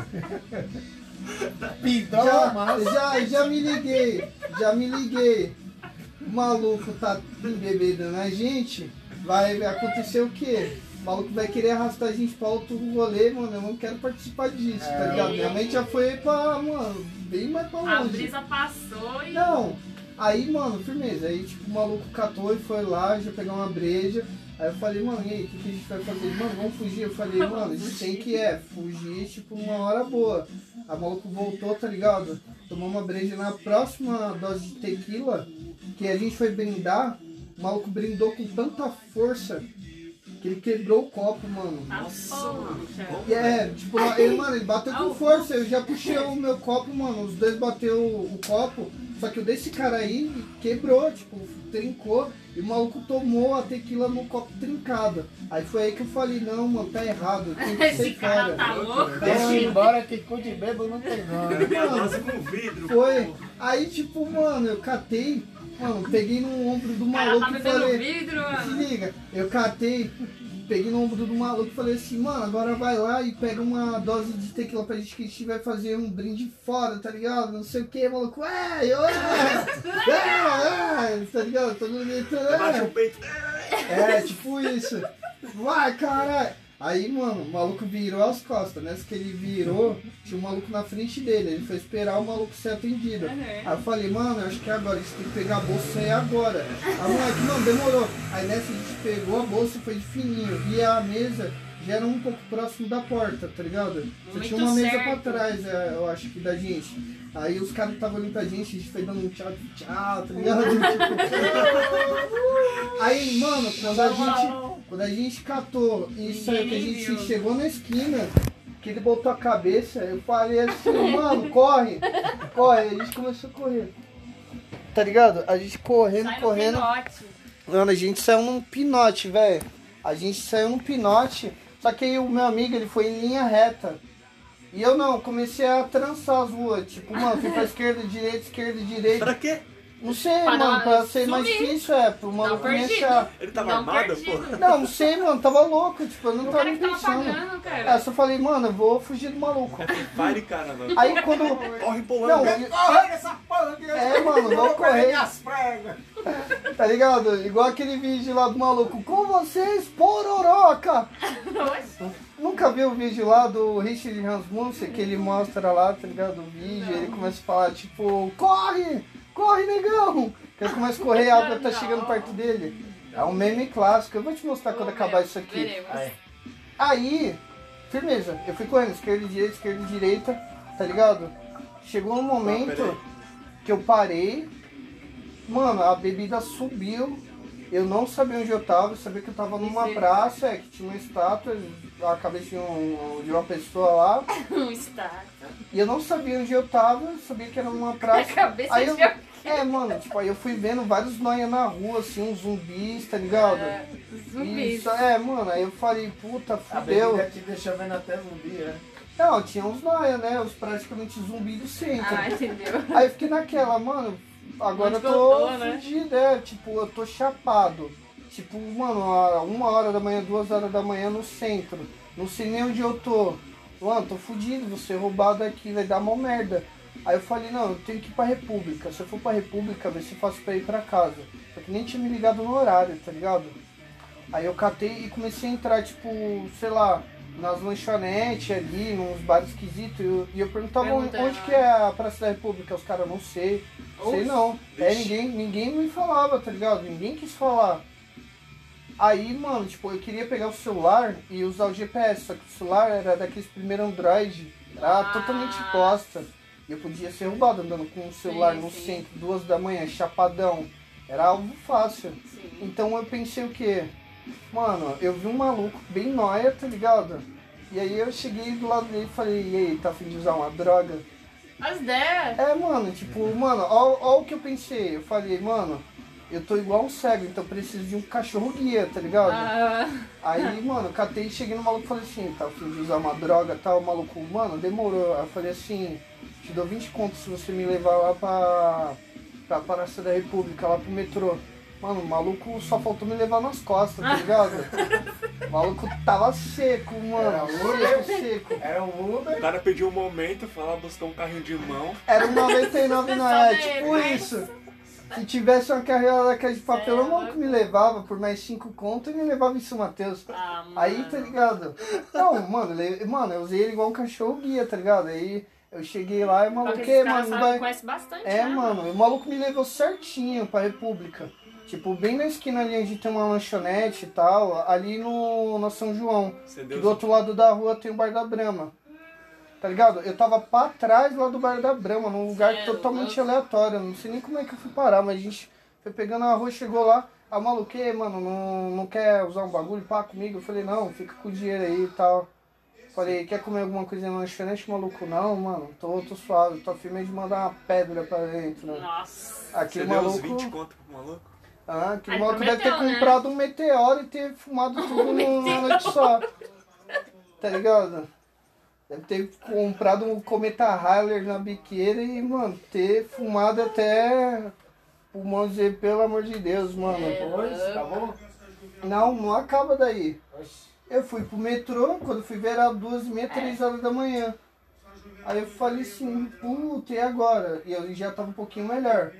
[SPEAKER 5] Pintão a
[SPEAKER 1] já,
[SPEAKER 5] massa.
[SPEAKER 1] já, já me liguei, já me liguei. O maluco tá embebedando a gente, vai acontecer o quê? O maluco vai querer arrastar a gente pra outro rolê, mano, eu não quero participar disso, tá ligado? Minha mente já foi pra, mano, bem mais pra
[SPEAKER 3] A
[SPEAKER 1] longe.
[SPEAKER 3] brisa passou e.
[SPEAKER 1] Não, aí, mano, firmeza. Aí, tipo, o maluco catou e foi lá, já pegar uma breja. Aí eu falei, mano, e aí, o que, que a gente vai fazer? Ele, Mano, vamos fugir. Eu falei, mano, isso tem que é, fugir, tipo, uma hora boa. Aí o maluco voltou, tá ligado? Tomou uma breja na próxima dose de tequila, que a gente foi brindar. O maluco brindou com tanta força que ele quebrou o copo, mano.
[SPEAKER 3] Tá poxa.
[SPEAKER 1] E é, tipo, ele, mano, ele bateu
[SPEAKER 3] Ah,
[SPEAKER 1] com
[SPEAKER 3] o
[SPEAKER 1] força, eu já puxei o meu copo, mano, os dois bateu o copo, só que o desse cara aí quebrou, tipo, trincou, e o maluco tomou a tequila no copo trincado. Aí foi aí que eu falei, não, mano, tá errado, tem que
[SPEAKER 3] Esse
[SPEAKER 1] ser
[SPEAKER 3] cara
[SPEAKER 1] fora.
[SPEAKER 3] tá louco.
[SPEAKER 4] Deixa
[SPEAKER 1] um
[SPEAKER 4] ir embora que cu de bebo não tem nada.
[SPEAKER 2] Minha
[SPEAKER 1] Mano,
[SPEAKER 2] dose tá com vidro.
[SPEAKER 1] Foi,
[SPEAKER 2] pô.
[SPEAKER 1] aí tipo, mano, eu catei, mano, peguei no ombro do
[SPEAKER 3] O cara tá
[SPEAKER 1] maluco e
[SPEAKER 3] bebendo
[SPEAKER 1] falei,
[SPEAKER 3] vidro,
[SPEAKER 1] Se
[SPEAKER 3] mano.
[SPEAKER 1] liga, eu catei, peguei no ombro do maluco e falei assim, mano, agora vai lá e pega uma dose de tequila pra gente que a gente vai fazer um brinde fora, tá ligado? Não sei o que, maluco, é, é, é, é, tá ligado? Todo mundo gritando,
[SPEAKER 2] Abaixa
[SPEAKER 1] é,
[SPEAKER 2] o peito.
[SPEAKER 1] é, tipo isso. Vai, caralho. Aí, mano, o maluco virou as costas, né? Que ele virou, tinha um maluco na frente dele, ele foi esperar o maluco ser atendido.
[SPEAKER 3] É, né?
[SPEAKER 1] Aí eu falei, mano, eu acho que é agora, você tem que pegar a bolsa e é agora. A moleque, não, demorou. Aí nessa a gente pegou a bolsa e foi de fininho. E a mesa já era um pouco próximo da porta, tá ligado? Só
[SPEAKER 3] Muito
[SPEAKER 1] tinha uma mesa pra
[SPEAKER 3] certo.
[SPEAKER 1] trás, é, eu acho que da gente. Aí os caras estavam olhando pra gente, a gente foi dando um tchau, tchau, tá ligado? Tipo, Aí, mano, quando a gente, quando a gente catou e saiu, que a gente
[SPEAKER 3] viu.
[SPEAKER 1] chegou na esquina, que ele botou a cabeça, eu falei assim, mano, corre, corre, a gente começou a correr. Tá ligado? A gente correndo,
[SPEAKER 3] Sai no
[SPEAKER 1] correndo.
[SPEAKER 3] pinote.
[SPEAKER 1] Mano, a gente saiu num pinote, velho. A gente saiu num pinote, só que aí o meu amigo, ele foi em linha reta. E eu não, comecei a trançar as ruas. Tipo, mano, fui pra esquerda, direita, esquerda, direita.
[SPEAKER 2] Pra quê?
[SPEAKER 1] Não sei,
[SPEAKER 3] Pra
[SPEAKER 1] mano,
[SPEAKER 3] não
[SPEAKER 1] pra ser
[SPEAKER 3] sumir.
[SPEAKER 1] mais difícil, é, pro mano
[SPEAKER 3] Não, um perdido.
[SPEAKER 1] começar.
[SPEAKER 2] Ele tava
[SPEAKER 3] Não,
[SPEAKER 2] armado,
[SPEAKER 3] um perdido.
[SPEAKER 2] pô?
[SPEAKER 1] Não, não sei, mano, tava louco, tipo, eu não
[SPEAKER 3] O
[SPEAKER 1] tava
[SPEAKER 3] cara
[SPEAKER 1] nem
[SPEAKER 3] que tava
[SPEAKER 1] pensando.
[SPEAKER 3] pagando, né?
[SPEAKER 1] É, eu
[SPEAKER 3] cara.
[SPEAKER 1] só falei, mano, eu vou fugir do maluco.
[SPEAKER 3] né?
[SPEAKER 2] Pare, cara, mano.
[SPEAKER 1] Aí quando.
[SPEAKER 2] Corre
[SPEAKER 1] Não,
[SPEAKER 2] pulando.
[SPEAKER 1] eu-
[SPEAKER 5] Corre essa porra que eu
[SPEAKER 1] é, mano, vamos
[SPEAKER 5] correr
[SPEAKER 1] correr.
[SPEAKER 5] minhas pregas.
[SPEAKER 1] Tá ligado? Igual aquele vídeo lá do maluco. Com vocês, pororoca! Ah,
[SPEAKER 3] Oxe.
[SPEAKER 1] Nunca vi o vídeo lá do Richard Rasmussen, que ele mostra lá, tá ligado? O vídeo, ele começa a falar, tipo, corre! Corre, negão! Que ele começa a correr e a água tá
[SPEAKER 3] Não.
[SPEAKER 1] chegando perto dele. É um meme clássico, eu vou te mostrar quando acabar isso aqui.
[SPEAKER 3] Veremos.
[SPEAKER 1] Aí, firmeza, eu fui correndo, esquerda e direita, esquerda e direita, tá ligado? Chegou um momento
[SPEAKER 2] peraí.
[SPEAKER 1] que eu parei, mano, a bebida subiu, eu não sabia onde eu tava, eu sabia que eu tava numa
[SPEAKER 3] Misericórdia.
[SPEAKER 1] praça, é, que tinha uma estátua, a cabeça de, um- de uma pessoa lá,
[SPEAKER 3] Um status.
[SPEAKER 1] e eu não sabia onde eu tava, eu sabia que era uma
[SPEAKER 3] A
[SPEAKER 1] praça.
[SPEAKER 3] cabeça
[SPEAKER 1] Aí
[SPEAKER 3] de
[SPEAKER 1] eu, é, mano, tipo, aí eu fui vendo vários noia na rua, assim, uns zumbis, tá ligado?
[SPEAKER 3] ah,
[SPEAKER 1] E
[SPEAKER 3] zumbi.
[SPEAKER 1] só- é, mano, aí eu falei, puta,
[SPEAKER 5] A
[SPEAKER 1] fudeu.
[SPEAKER 5] bebida é te deixa vendo até zumbi, né?
[SPEAKER 1] Não, tinha uns noia, né? Os praticamente zumbi do centro.
[SPEAKER 3] Ah, entendeu?
[SPEAKER 1] Aí eu fiquei naquela, mano, agora eu
[SPEAKER 3] Onde que
[SPEAKER 1] tô
[SPEAKER 3] eu tô, né?
[SPEAKER 1] fudido, é, tipo, eu tô chapado. Tipo, mano, a- uma hora da manhã, duas horas da manhã no centro. Não sei nem onde eu tô. Mano, tô fudido, vou ser roubado aqui, vai dar mó merda. Aí eu falei, não, eu tenho que ir pra República. Se eu for pra República, vê se eu faço pra ir pra casa. Só que nem tinha me ligado no horário, tá ligado? Aí eu catei e comecei a entrar, tipo, sei lá, nas lanchonetes ali, nos bares esquisitos. E eu, e eu perguntava onde,
[SPEAKER 3] Perguntando.
[SPEAKER 1] que é a Praça da República. Os caras, não sei. Sei não. É, ninguém, ninguém me falava, tá ligado? Ninguém quis falar. Aí, mano, tipo, eu queria pegar o celular e usar o GPS, só que o celular era daqueles primeiros Android, era
[SPEAKER 3] Ah.
[SPEAKER 1] totalmente bosta. E eu podia ser roubado andando com o celular
[SPEAKER 3] Sim,
[SPEAKER 1] no
[SPEAKER 3] sim.
[SPEAKER 1] centro, duas da manhã, chapadão. Era algo fácil.
[SPEAKER 3] Sim.
[SPEAKER 1] Então eu pensei o quê? Mano, eu vi um maluco bem nóia, tá ligado? E aí eu cheguei do lado dele e falei, e aí, tá afim de usar uma droga?
[SPEAKER 3] As ideias.
[SPEAKER 1] É, mano, tipo, mano, ó, ó o que eu pensei. Eu falei, mano, eu tô igual um cego, então eu preciso de um cachorro guia, tá ligado?
[SPEAKER 3] Ah,
[SPEAKER 1] Aí, mano, eu catei e cheguei no maluco e falei assim, tá afim de usar uma droga e tal, o maluco, mano, demorou. Aí eu falei assim, te dou 20 contos se você me levar lá pra, pra Praça da República, lá pro metrô. Mano, o maluco só faltou me levar nas costas, tá ligado? O maluco tava seco, mano. Seco, seco.
[SPEAKER 5] Era um Uber.
[SPEAKER 2] O cara pediu um momento, foi lá buscar um carrinho de mão.
[SPEAKER 1] Era um 99 na é
[SPEAKER 3] Só
[SPEAKER 1] tipo
[SPEAKER 3] dele, né?
[SPEAKER 1] isso. Se tivesse uma carreira daquela de papelão, o
[SPEAKER 3] Céu.
[SPEAKER 1] maluco me levava por mais 5 conto e me levava em São Mateus.
[SPEAKER 3] ah, mano.
[SPEAKER 1] Aí, tá ligado? Não, mano, le- mano, eu usei ele igual um cachorro guia, tá ligado? Aí eu cheguei lá e o
[SPEAKER 3] Só que
[SPEAKER 1] maluco, "Ei,
[SPEAKER 3] esses
[SPEAKER 1] mano,
[SPEAKER 3] caras
[SPEAKER 1] não
[SPEAKER 3] sabem-
[SPEAKER 1] vai...
[SPEAKER 3] conhecem bastante,
[SPEAKER 1] É,
[SPEAKER 3] né?
[SPEAKER 1] mano, e o maluco me levou certinho pra República. Tipo, bem na esquina ali onde tem uma lanchonete e tal, ali no, na São João.
[SPEAKER 2] Você
[SPEAKER 1] Que
[SPEAKER 2] deu
[SPEAKER 1] do outro lado da rua tem o bar da Brahma. Tá ligado? Eu tava pra trás lá do bar da Brahma, num lugar
[SPEAKER 3] Cê é
[SPEAKER 1] totalmente
[SPEAKER 3] louco.
[SPEAKER 1] aleatório. Não sei nem como é que eu fui parar, mas a gente foi pegando a rua, chegou lá. A maluquei, mano, não, não quer usar um bagulho, pá, comigo? Eu falei, não, fica com o dinheiro aí e tal. Falei, quer comer alguma coisa na lanchonete, maluco? Não, mano, tô, tô suave, tô afim de mandar uma pedra pra dentro, né?
[SPEAKER 3] Nossa.
[SPEAKER 1] Aquele
[SPEAKER 2] Você deu uns
[SPEAKER 1] maluco.
[SPEAKER 2] 20 conto pro maluco?
[SPEAKER 1] Ah, que o
[SPEAKER 3] Aí
[SPEAKER 1] maluco deve ter
[SPEAKER 3] prometeu, né? Um
[SPEAKER 1] comprado um meteoro e ter fumado tudo numa noite só. Tá ligado? Deve ter comprado um cometa Hailer na biqueira e, mano, ter fumado até pulmão dizer, pelo amor de Deus, mano.
[SPEAKER 5] Dois, acabou?
[SPEAKER 1] Não, não acaba daí.
[SPEAKER 5] Oxi.
[SPEAKER 1] Eu fui pro metrô, quando fui ver era duas e
[SPEAKER 3] É.
[SPEAKER 1] meia, três horas da manhã. Aí eu falei assim, puta, e agora? E eu já tava um pouquinho melhor.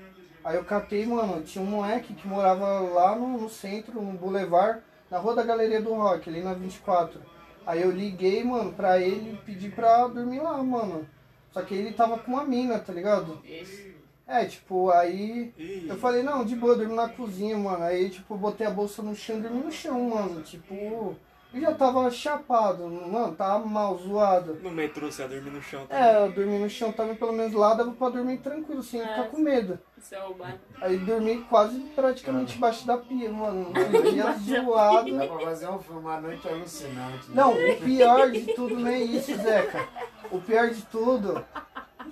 [SPEAKER 1] Aí eu catei, mano, tinha um moleque que morava lá no, no centro, no Boulevard, na rua da Galeria do Rock, ali na 24. Aí eu liguei, mano, pra ele pedi pra dormir lá, mano. Só que ele tava com uma mina, tá ligado?
[SPEAKER 3] Ixi.
[SPEAKER 1] É, tipo, aí
[SPEAKER 2] Ih,
[SPEAKER 1] eu falei, não, de boa, eu dormi na cozinha, mano. Aí, tipo, eu botei a bolsa no chão e dormi no chão, mano. Tipo, eu já tava chapado, mano, tava mal, zoado.
[SPEAKER 2] no metrô você ia dormir no chão tá também.
[SPEAKER 1] É, eu dormi no chão também, pelo menos lá dava pra dormir tranquilo, sem
[SPEAKER 3] É.
[SPEAKER 1] ficar com medo.
[SPEAKER 3] Seu bar.
[SPEAKER 1] Aí dormi quase praticamente embaixo da pia, mano. Um dia
[SPEAKER 5] Dá
[SPEAKER 1] zoado.
[SPEAKER 5] pra fazer um filme à noite alucinante. né?
[SPEAKER 1] Não, o pior de tudo não é isso, Zeca. O pior de tudo,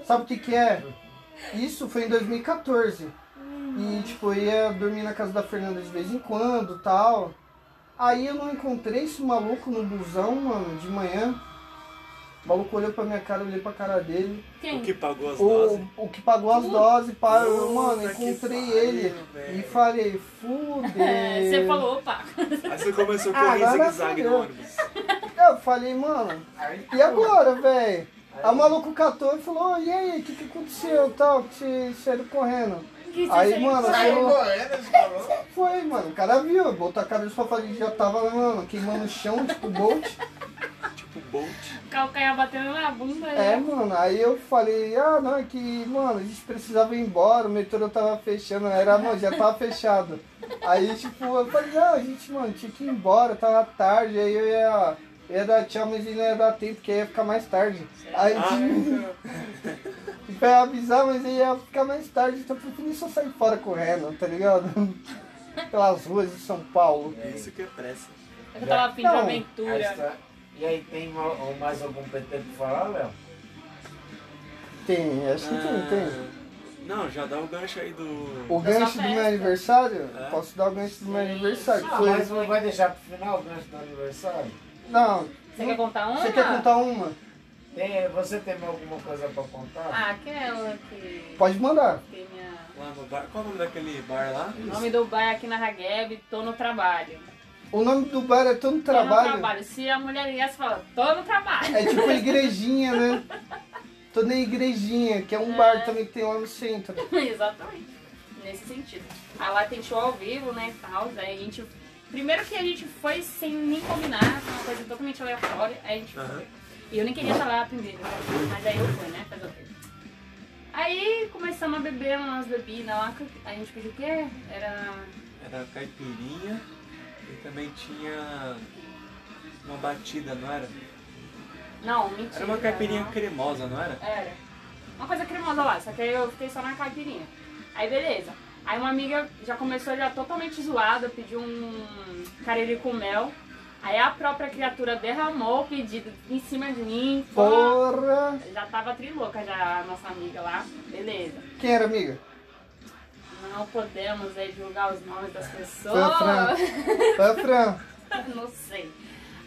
[SPEAKER 1] sabe o que que é? Isso foi em 2014. E, tipo, eu ia dormir na casa da Fernanda de vez em quando tal. Aí eu não encontrei esse maluco no busão, mano, de manhã. O maluco olhou pra minha cara, eu olhei pra cara dele.
[SPEAKER 3] Quem?
[SPEAKER 2] O que pagou as doses?
[SPEAKER 1] O, o que pagou as doses, pá, eu, mano,
[SPEAKER 2] Puta que
[SPEAKER 1] encontrei
[SPEAKER 2] pariu,
[SPEAKER 1] ele. E
[SPEAKER 2] velho.
[SPEAKER 1] falei, fudeu.
[SPEAKER 3] É, você falou, opa.
[SPEAKER 2] Aí você começou a
[SPEAKER 3] Ah,
[SPEAKER 2] correr
[SPEAKER 1] Agora
[SPEAKER 2] zigue-zague no
[SPEAKER 1] fodeu.
[SPEAKER 2] ônibus.
[SPEAKER 1] Eu falei, mano,
[SPEAKER 5] Aí,
[SPEAKER 1] e agora, velho? Aí o maluco catou e falou, e aí, o que, que aconteceu tal? Que vocês saíram correndo.
[SPEAKER 3] Que isso
[SPEAKER 1] Aí,
[SPEAKER 3] aí?
[SPEAKER 1] mano,
[SPEAKER 5] Saiu
[SPEAKER 1] chegou.
[SPEAKER 5] correndo, falou.
[SPEAKER 1] Foi, mano, o cara viu, botou a cara no sofá e já tava, né, mano, queimando o chão, tipo Bolt.
[SPEAKER 2] Tipo Bolt.
[SPEAKER 3] Calcanhar batendo na bunda.
[SPEAKER 1] É,
[SPEAKER 3] né?
[SPEAKER 1] mano, aí eu falei, ah, não, é que, mano, a gente precisava ir embora, o metrô tava fechando, era, mano, já tava fechado. Aí, tipo, eu falei, não, a gente, mano, tinha que ir embora, tava tarde, aí eu ia, ia dar tchau, mas não ia dar tempo, porque ia ficar mais tarde. Aí,
[SPEAKER 2] Ah, é.
[SPEAKER 1] tipo, ia avisar, mas ia ficar mais tarde, então eu preferi só sair fora correndo, tá ligado? Pelas ruas de São Paulo.
[SPEAKER 2] Isso que é pressa.
[SPEAKER 3] Eu tava afim de
[SPEAKER 1] Não.
[SPEAKER 5] Aí
[SPEAKER 3] aventura.
[SPEAKER 5] está. E aí, tem ma- ou mais algum PT pra falar, Léo?
[SPEAKER 1] Tem, acho que tem, tem.
[SPEAKER 2] Ah, Não, já dá o gancho aí do.
[SPEAKER 1] O gancho do meu
[SPEAKER 3] festa.
[SPEAKER 1] aniversário?
[SPEAKER 2] É.
[SPEAKER 1] Posso dar o gancho do meu aniversário? que
[SPEAKER 5] Ah,
[SPEAKER 1] foi-
[SPEAKER 5] mas não vai deixar pro final o gancho do aniversário?
[SPEAKER 1] Não.
[SPEAKER 3] Você quer contar uma?
[SPEAKER 1] Você quer contar uma?
[SPEAKER 5] Tem, você tem alguma coisa pra contar?
[SPEAKER 3] Ah, aquela que.
[SPEAKER 1] Pode mandar.
[SPEAKER 3] Tem minha.
[SPEAKER 2] lá no bar. Qual é o nome daquele bar lá?
[SPEAKER 3] O nome do bar é aqui na Hageb, tô no trabalho.
[SPEAKER 1] O nome do bar é Todo
[SPEAKER 3] Tô no
[SPEAKER 1] Trabalho.
[SPEAKER 3] trabalho. Se a mulher ia, você fala, tô no trabalho.
[SPEAKER 1] É tipo igrejinha, né? Tô na igrejinha, que é um bar também que tem lá no centro.
[SPEAKER 3] Exatamente. Nesse sentido. Ah, lá tem show ao vivo, né, e tal. Daí a gente... Primeiro que a gente foi sem nem combinar, foi uma coisa totalmente aleatória. Aí a gente
[SPEAKER 2] Aham.
[SPEAKER 3] foi. E eu nem queria estar lá primeiro, mas aí eu fui, né, fazer o quê? Aí começamos a beber umas bebidas lá, a gente pediu o quê? Era...
[SPEAKER 2] Era caipirinha e também tinha uma batida, não era?
[SPEAKER 3] Não, mentira.
[SPEAKER 2] Era uma caipirinha
[SPEAKER 3] não.
[SPEAKER 2] cremosa, não era?
[SPEAKER 3] Era. Uma coisa cremosa lá, só que aí eu fiquei só na caipirinha. Aí beleza. Aí uma amiga já começou já totalmente zoada, pediu um cariri com mel. Aí a própria criatura derramou o pedido em cima de mim. Pô.
[SPEAKER 1] Porra!
[SPEAKER 3] Já tava trilouca já a nossa amiga lá. Beleza.
[SPEAKER 1] Quem era, amiga?
[SPEAKER 3] Não podemos aí julgar os nomes das
[SPEAKER 1] Foi a Fran.
[SPEAKER 3] pessoas.
[SPEAKER 1] Foi a Fran.
[SPEAKER 3] Não sei.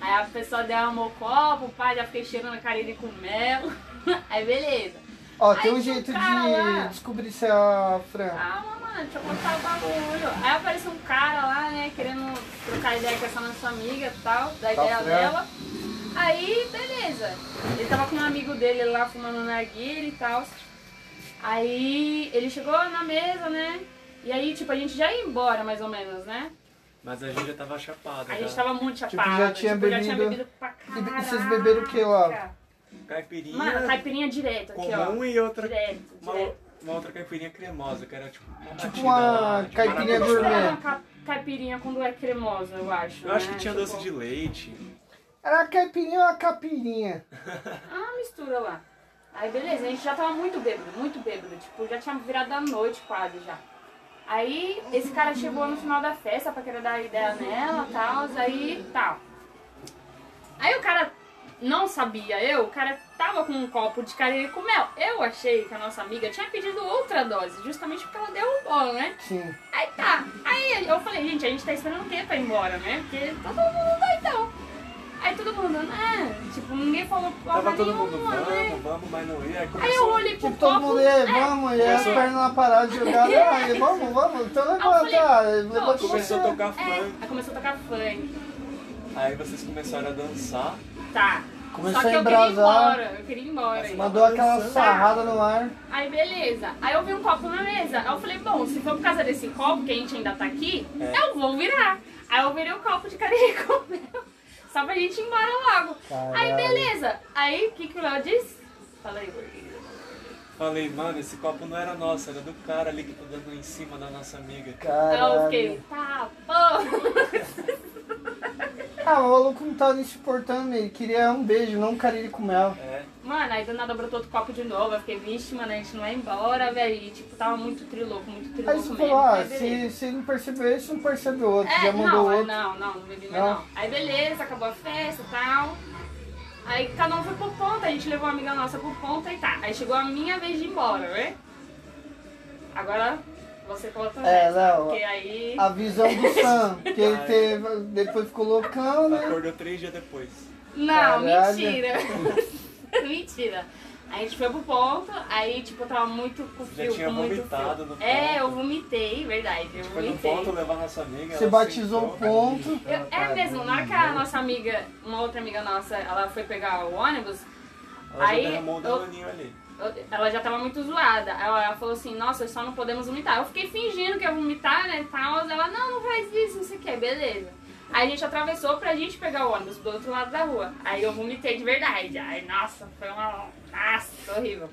[SPEAKER 3] Aí a pessoa derramou o copo, o pai já fiquei cheirando a cariri com mel. Aí beleza.
[SPEAKER 1] Ó,
[SPEAKER 3] Aí
[SPEAKER 1] tem um
[SPEAKER 3] tinha um
[SPEAKER 1] jeito
[SPEAKER 3] cara lá. Ah.
[SPEAKER 1] de descobrir se é a Fran.
[SPEAKER 3] Calma, mano, deixa eu contar o bagulho. Aí apareceu um cara lá, né, querendo trocar ideia com essa nossa amiga e tal, da ideia
[SPEAKER 1] Tá certo.
[SPEAKER 3] dela. Aí, beleza. Ele tava com um amigo dele lá fumando narguilha e tal. Aí ele chegou na mesa, né? E aí, tipo, a gente já ia embora, mais ou menos, né?
[SPEAKER 2] Mas a gente já tava chapado.
[SPEAKER 3] A gente
[SPEAKER 2] já.
[SPEAKER 3] tava muito
[SPEAKER 1] já
[SPEAKER 3] chapado.
[SPEAKER 1] tinha
[SPEAKER 3] tipo, já tinha
[SPEAKER 1] bebido.
[SPEAKER 3] bebido pra
[SPEAKER 1] E be-
[SPEAKER 3] caralho.
[SPEAKER 1] e vocês beberam o que lá?
[SPEAKER 2] Caipirinha
[SPEAKER 3] Mano, caipirinha direto aqui,
[SPEAKER 2] comum
[SPEAKER 3] ó.
[SPEAKER 2] e outra.
[SPEAKER 3] Direto,
[SPEAKER 2] Uma,
[SPEAKER 3] direto.
[SPEAKER 2] uma outra caipirinha cremosa, que era tipo uma batida
[SPEAKER 1] uma
[SPEAKER 2] lá, tipo, de
[SPEAKER 1] caipirinha
[SPEAKER 2] maracujá.
[SPEAKER 3] Não
[SPEAKER 1] gourmet.
[SPEAKER 3] era uma ca- caipirinha quando é cremosa, eu acho.
[SPEAKER 2] Eu acho
[SPEAKER 3] né?
[SPEAKER 2] que tinha
[SPEAKER 3] Tipo,
[SPEAKER 2] doce de leite.
[SPEAKER 1] Era a caipirinha ou a capirinha?
[SPEAKER 3] Ah, mistura lá. Aí beleza, a gente já tava muito bêbado, muito bêbado. Tipo, já tinha virado a noite quase já. Aí esse cara chegou no final da festa pra querer dar ideia nela e tal, aí tal. Aí o cara não sabia, eu, o cara tava com um copo de cariri com mel. Eu achei que a nossa amiga tinha pedido outra dose, justamente porque ela derrubou, né?
[SPEAKER 1] Sim.
[SPEAKER 3] Aí tá. Aí eu falei, gente, a gente tá esperando o quê pra ir embora, né? Porque todo mundo tá então. Aí todo mundo, né? Tipo, ninguém falou porra
[SPEAKER 2] Tava todo
[SPEAKER 3] nenhuma,
[SPEAKER 2] mundo,
[SPEAKER 3] né?
[SPEAKER 2] vamos, vamos, mas não ia. Aí
[SPEAKER 3] Aí eu
[SPEAKER 2] começou
[SPEAKER 3] olhei pro
[SPEAKER 1] Tipo, todo
[SPEAKER 3] copo.
[SPEAKER 1] mundo, é, vamos, e as
[SPEAKER 3] é.
[SPEAKER 1] pernas na parada jogadas, aí, vamos, vamos, então levanta, ah, levanta
[SPEAKER 3] poxa.
[SPEAKER 1] você.
[SPEAKER 2] começou a tocar
[SPEAKER 3] É,
[SPEAKER 2] funk.
[SPEAKER 3] aí começou a tocar funk.
[SPEAKER 2] Aí vocês começaram a dançar.
[SPEAKER 3] Tá.
[SPEAKER 1] Começou
[SPEAKER 3] Só que
[SPEAKER 1] a
[SPEAKER 3] eu queria ir
[SPEAKER 1] embrasar.
[SPEAKER 3] embora, eu queria ir embora. aí.
[SPEAKER 1] Mandou aquela sarrada no ar.
[SPEAKER 3] Aí beleza. Aí eu vi um copo na mesa. Aí eu falei, bom, se for por causa desse copo que a gente ainda tá aqui,
[SPEAKER 2] É.
[SPEAKER 3] eu vou virar. Aí eu virei o copo de cariri com mel. Só pra gente ir embora logo. Aí
[SPEAKER 1] Caralho.
[SPEAKER 3] beleza. Aí o que, que o Léo disse? Fala aí, gordinho.
[SPEAKER 2] Falei, mano, esse copo não era nosso, era do cara ali que tá dando em cima da nossa amiga.
[SPEAKER 3] Aí eu
[SPEAKER 1] Caralho.
[SPEAKER 3] fiquei, tá, pô.
[SPEAKER 1] Ah, o maluco não tava nem se importando, ele queria um beijo, não um carinho com mel.
[SPEAKER 2] É,
[SPEAKER 3] Mano, aí do nada brotou outro copo de novo. Eu fiquei, vixe, mano, a gente não vai embora, velho. E tipo, tava muito trilouco, muito
[SPEAKER 1] Aí
[SPEAKER 3] trilouco
[SPEAKER 1] você
[SPEAKER 3] mesmo.
[SPEAKER 1] falou, ah,
[SPEAKER 3] Aí, beleza.
[SPEAKER 1] se, se não percebeu esse, não percebeu o outro,
[SPEAKER 3] É,
[SPEAKER 1] já mandou
[SPEAKER 3] não,
[SPEAKER 1] outro.
[SPEAKER 3] não, não, não bebi mais
[SPEAKER 1] Não?
[SPEAKER 3] não. Aí beleza, acabou a festa e tal. Aí cada um foi pro ponto, a gente levou uma amiga nossa pro ponto e tá. Aí chegou a minha vez de ir embora, né? Agora você conta o
[SPEAKER 1] É,
[SPEAKER 3] resto,
[SPEAKER 1] não,
[SPEAKER 3] porque aí...
[SPEAKER 1] A visão do Sam, que ele teve, depois ficou loucão, né?
[SPEAKER 2] acordou três dias depois.
[SPEAKER 3] Não,
[SPEAKER 1] Caralho.
[SPEAKER 3] mentira. mentira. A gente foi pro ponto, aí tipo, eu tava muito com
[SPEAKER 2] Já
[SPEAKER 3] frio,
[SPEAKER 2] tinha
[SPEAKER 3] com muito
[SPEAKER 2] vomitado
[SPEAKER 3] frio.
[SPEAKER 2] no
[SPEAKER 3] É,
[SPEAKER 2] ponto. Tipo,
[SPEAKER 3] eu vomitei, verdade, eu
[SPEAKER 2] Foi no
[SPEAKER 3] vomitei.
[SPEAKER 2] ponto levar nossa amiga.
[SPEAKER 1] Você
[SPEAKER 2] ela
[SPEAKER 1] batizou o
[SPEAKER 2] sentou.
[SPEAKER 1] ponto.
[SPEAKER 3] Eu- é mesmo, na hora que a nossa amiga, uma outra amiga nossa, ela foi pegar o ônibus,
[SPEAKER 2] Ela
[SPEAKER 3] Aí,
[SPEAKER 2] já derramou o
[SPEAKER 3] eu-
[SPEAKER 2] danoninho ali.
[SPEAKER 3] eu- ela já tava muito zoada. Ela, ela falou assim, nossa, só não podemos vomitar. Eu fiquei fingindo que ia vomitar, né, tal. Ela, não, não faz isso, não sei o que, beleza. Aí a gente atravessou pra gente pegar o ônibus do outro lado da rua. Aí eu vomitei de verdade. Aí, nossa, foi uma... Nossa, foi horrível.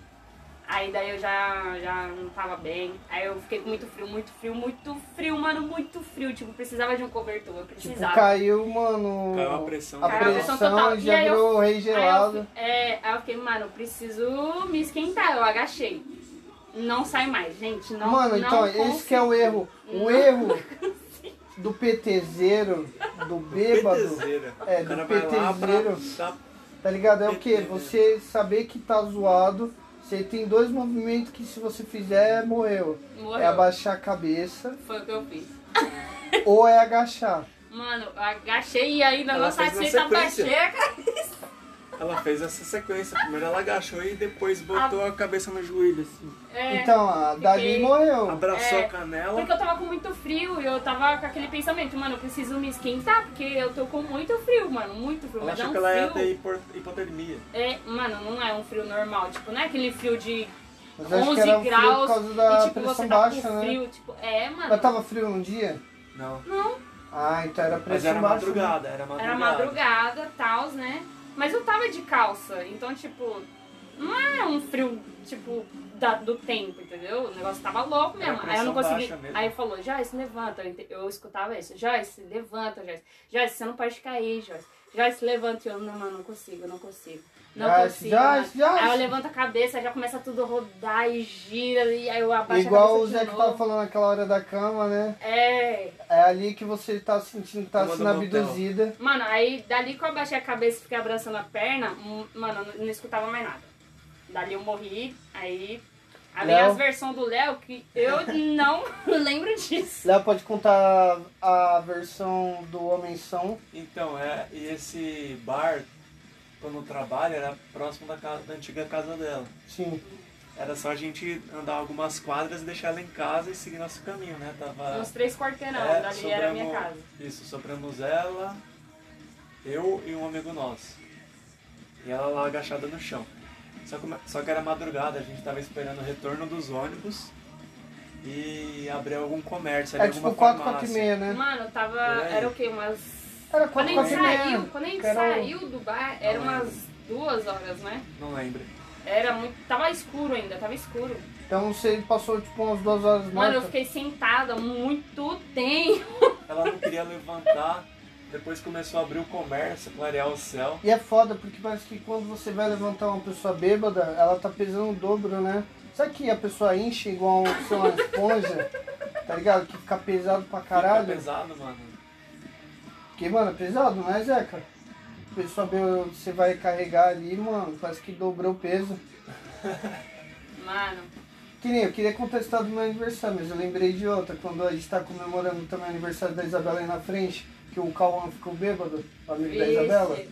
[SPEAKER 3] Aí daí eu já, já não tava bem. Aí eu fiquei com muito frio, muito frio, muito frio, mano, muito frio. Tipo, precisava de um cobertor, eu
[SPEAKER 1] Tipo,
[SPEAKER 3] precisava.
[SPEAKER 1] caiu, mano.
[SPEAKER 2] Caiu a pressão.
[SPEAKER 1] a
[SPEAKER 2] Caiu a
[SPEAKER 3] pressão
[SPEAKER 1] pressão,
[SPEAKER 3] total.
[SPEAKER 1] e
[SPEAKER 3] E
[SPEAKER 1] já
[SPEAKER 3] aí eu-
[SPEAKER 1] virou rei
[SPEAKER 3] Aí eu
[SPEAKER 1] gelado.
[SPEAKER 3] fi- é, aí eu fiquei, mano, eu preciso me esquentar. Eu agachei. Não sai mais, gente. Não,
[SPEAKER 1] Mano,
[SPEAKER 3] não
[SPEAKER 1] então,
[SPEAKER 3] consigo.
[SPEAKER 1] esse que é o erro. O
[SPEAKER 3] Não
[SPEAKER 1] erro do PTzeiro, do bêbado,
[SPEAKER 2] Petezeira.
[SPEAKER 1] É,
[SPEAKER 2] o cara
[SPEAKER 1] do
[SPEAKER 2] vai lá
[SPEAKER 1] petezeiro.
[SPEAKER 2] pra, pra
[SPEAKER 1] tá ligado? É o quê?
[SPEAKER 2] PTzeiro.
[SPEAKER 1] Você saber que tá zoado. Você tem dois movimentos que se você fizer, morreu.
[SPEAKER 3] Morreu.
[SPEAKER 1] É abaixar a cabeça
[SPEAKER 3] Foi o que eu fiz.
[SPEAKER 1] ou é agachar.
[SPEAKER 3] Mano, eu agachei e ainda
[SPEAKER 2] Ela
[SPEAKER 3] não
[SPEAKER 2] fez na
[SPEAKER 3] satisfeita,
[SPEAKER 2] sequência.
[SPEAKER 3] abaixei a cabeça.
[SPEAKER 2] Ela fez essa sequência. Primeiro ela agachou e depois botou a cabeça no joelho, assim.
[SPEAKER 3] É,
[SPEAKER 1] Então, a Dali
[SPEAKER 3] fiquei-
[SPEAKER 1] morreu.
[SPEAKER 2] Abraçou
[SPEAKER 3] É,
[SPEAKER 2] a canela.
[SPEAKER 3] Porque eu tava com muito frio e eu tava com aquele pensamento, mano, eu preciso me esquentar porque eu tô com muito frio, mano, muito frio.
[SPEAKER 2] Ela
[SPEAKER 3] mas é
[SPEAKER 2] achou
[SPEAKER 3] um
[SPEAKER 2] que ela ia
[SPEAKER 3] frio.
[SPEAKER 2] ter hipo- hipotermia.
[SPEAKER 3] É, mano, não é um frio normal, tipo, não é aquele frio de
[SPEAKER 1] Mas acho
[SPEAKER 3] 11
[SPEAKER 1] que era um frio
[SPEAKER 3] graus
[SPEAKER 1] por causa da
[SPEAKER 3] e tipo,
[SPEAKER 1] pressão
[SPEAKER 3] você tá
[SPEAKER 1] baixa,
[SPEAKER 3] com
[SPEAKER 1] né?
[SPEAKER 3] frio, tipo, é, mano.
[SPEAKER 1] Mas tava frio um dia?
[SPEAKER 2] Não.
[SPEAKER 3] Não,
[SPEAKER 1] Ah, então era
[SPEAKER 2] Mas
[SPEAKER 1] pressão
[SPEAKER 2] era
[SPEAKER 1] baixa. né?
[SPEAKER 2] madrugada, era madrugada.
[SPEAKER 3] era madrugada, tals, né? Mas eu tava de calça, então, tipo, não é um frio, tipo, da- do tempo, entendeu? O negócio tava louco
[SPEAKER 2] Era
[SPEAKER 3] mesmo. Aí eu
[SPEAKER 2] pressão
[SPEAKER 3] não consegui.
[SPEAKER 2] baixa mesmo.
[SPEAKER 3] Aí falou, Joyce, levanta. Eu ente- Eu escutava isso, Joyce, levanta, Joyce. Joyce, você não pode cair, Joyce. Joyce, levanta. E eu, não, mano, não consigo, não consigo. Não
[SPEAKER 1] Joyce,
[SPEAKER 3] consigo.
[SPEAKER 1] Joyce,
[SPEAKER 3] mano.
[SPEAKER 1] Joyce.
[SPEAKER 3] Aí eu levanto a cabeça, já começa tudo a rodar e gira, e aí eu abaixo
[SPEAKER 1] Igual
[SPEAKER 3] a
[SPEAKER 1] o
[SPEAKER 3] cabeça.
[SPEAKER 1] Zé
[SPEAKER 3] de
[SPEAKER 1] que
[SPEAKER 3] novo.
[SPEAKER 1] tava falando naquela hora da cama, né?
[SPEAKER 3] É.
[SPEAKER 1] É ali que você tá sentindo que tá
[SPEAKER 2] Cama do
[SPEAKER 1] sendo
[SPEAKER 2] motel.
[SPEAKER 1] abduzida.
[SPEAKER 3] Mano, aí dali que eu abaixei a cabeça e fiquei abraçando a perna, hum, mano, eu não, não escutava mais nada. Dali eu morri, aí. Aí vem
[SPEAKER 1] Léo?
[SPEAKER 3] as versões do Léo que eu não lembro disso.
[SPEAKER 1] Léo pode contar a versão do Homem São.
[SPEAKER 2] Então, é, e esse bar, quando trabalho, era próximo da, casa, da antiga casa dela.
[SPEAKER 1] Sim.
[SPEAKER 2] Era só a gente andar algumas quadras, deixar ela em casa e seguir nosso caminho, né? Tava.
[SPEAKER 3] Uns três quarteirão,
[SPEAKER 2] é,
[SPEAKER 3] dali era a minha casa.
[SPEAKER 2] sobramos- Isso, sobramos ela, eu e um amigo nosso. E ela lá agachada no chão. Só que, só que era madrugada, a gente tava esperando o retorno dos ônibus e abrir algum comércio,
[SPEAKER 1] É
[SPEAKER 2] abrir
[SPEAKER 1] tipo
[SPEAKER 2] alguma
[SPEAKER 1] 4, 4 e
[SPEAKER 2] farmácia.
[SPEAKER 1] meia, né?
[SPEAKER 3] Mano, tava.
[SPEAKER 2] Por aí.
[SPEAKER 3] Era o quê? Umas.
[SPEAKER 1] Era
[SPEAKER 3] Quando a
[SPEAKER 1] 4, 4
[SPEAKER 3] gente
[SPEAKER 1] e
[SPEAKER 3] saiu,
[SPEAKER 1] meia.
[SPEAKER 3] quando a gente
[SPEAKER 1] Era-
[SPEAKER 3] saiu do bar, era
[SPEAKER 2] Não
[SPEAKER 3] umas duas horas, né?
[SPEAKER 2] Não lembro.
[SPEAKER 3] Era muito. Tava escuro ainda, tava escuro.
[SPEAKER 1] Então você passou tipo umas 2 horas
[SPEAKER 3] Mano, eu
[SPEAKER 1] morta.
[SPEAKER 3] fiquei sentada muito tempo.
[SPEAKER 2] Ela não queria levantar, depois começou a abrir o comércio, clarear o céu.
[SPEAKER 1] E é foda, porque parece que quando você vai levantar uma pessoa bêbada, ela tá pesando o dobro, né? Sabe que a pessoa enche igual sei lá, uma esponja? Tá ligado? Que fica pesado pra
[SPEAKER 2] Fica
[SPEAKER 1] caralho.
[SPEAKER 2] pesado, mano.
[SPEAKER 1] Porque, mano, é pesado, não é, Zeca? Pessoa bêbada, você vai carregar ali, mano, parece que dobrou o peso.
[SPEAKER 3] Mano,
[SPEAKER 1] Que nem, eu queria contestar do meu aniversário, mas eu lembrei de outra, quando a gente tá comemorando também o aniversário da Isabela aí na frente, que o Cauã ficou bêbado, o amigo da Isabela.
[SPEAKER 3] esse-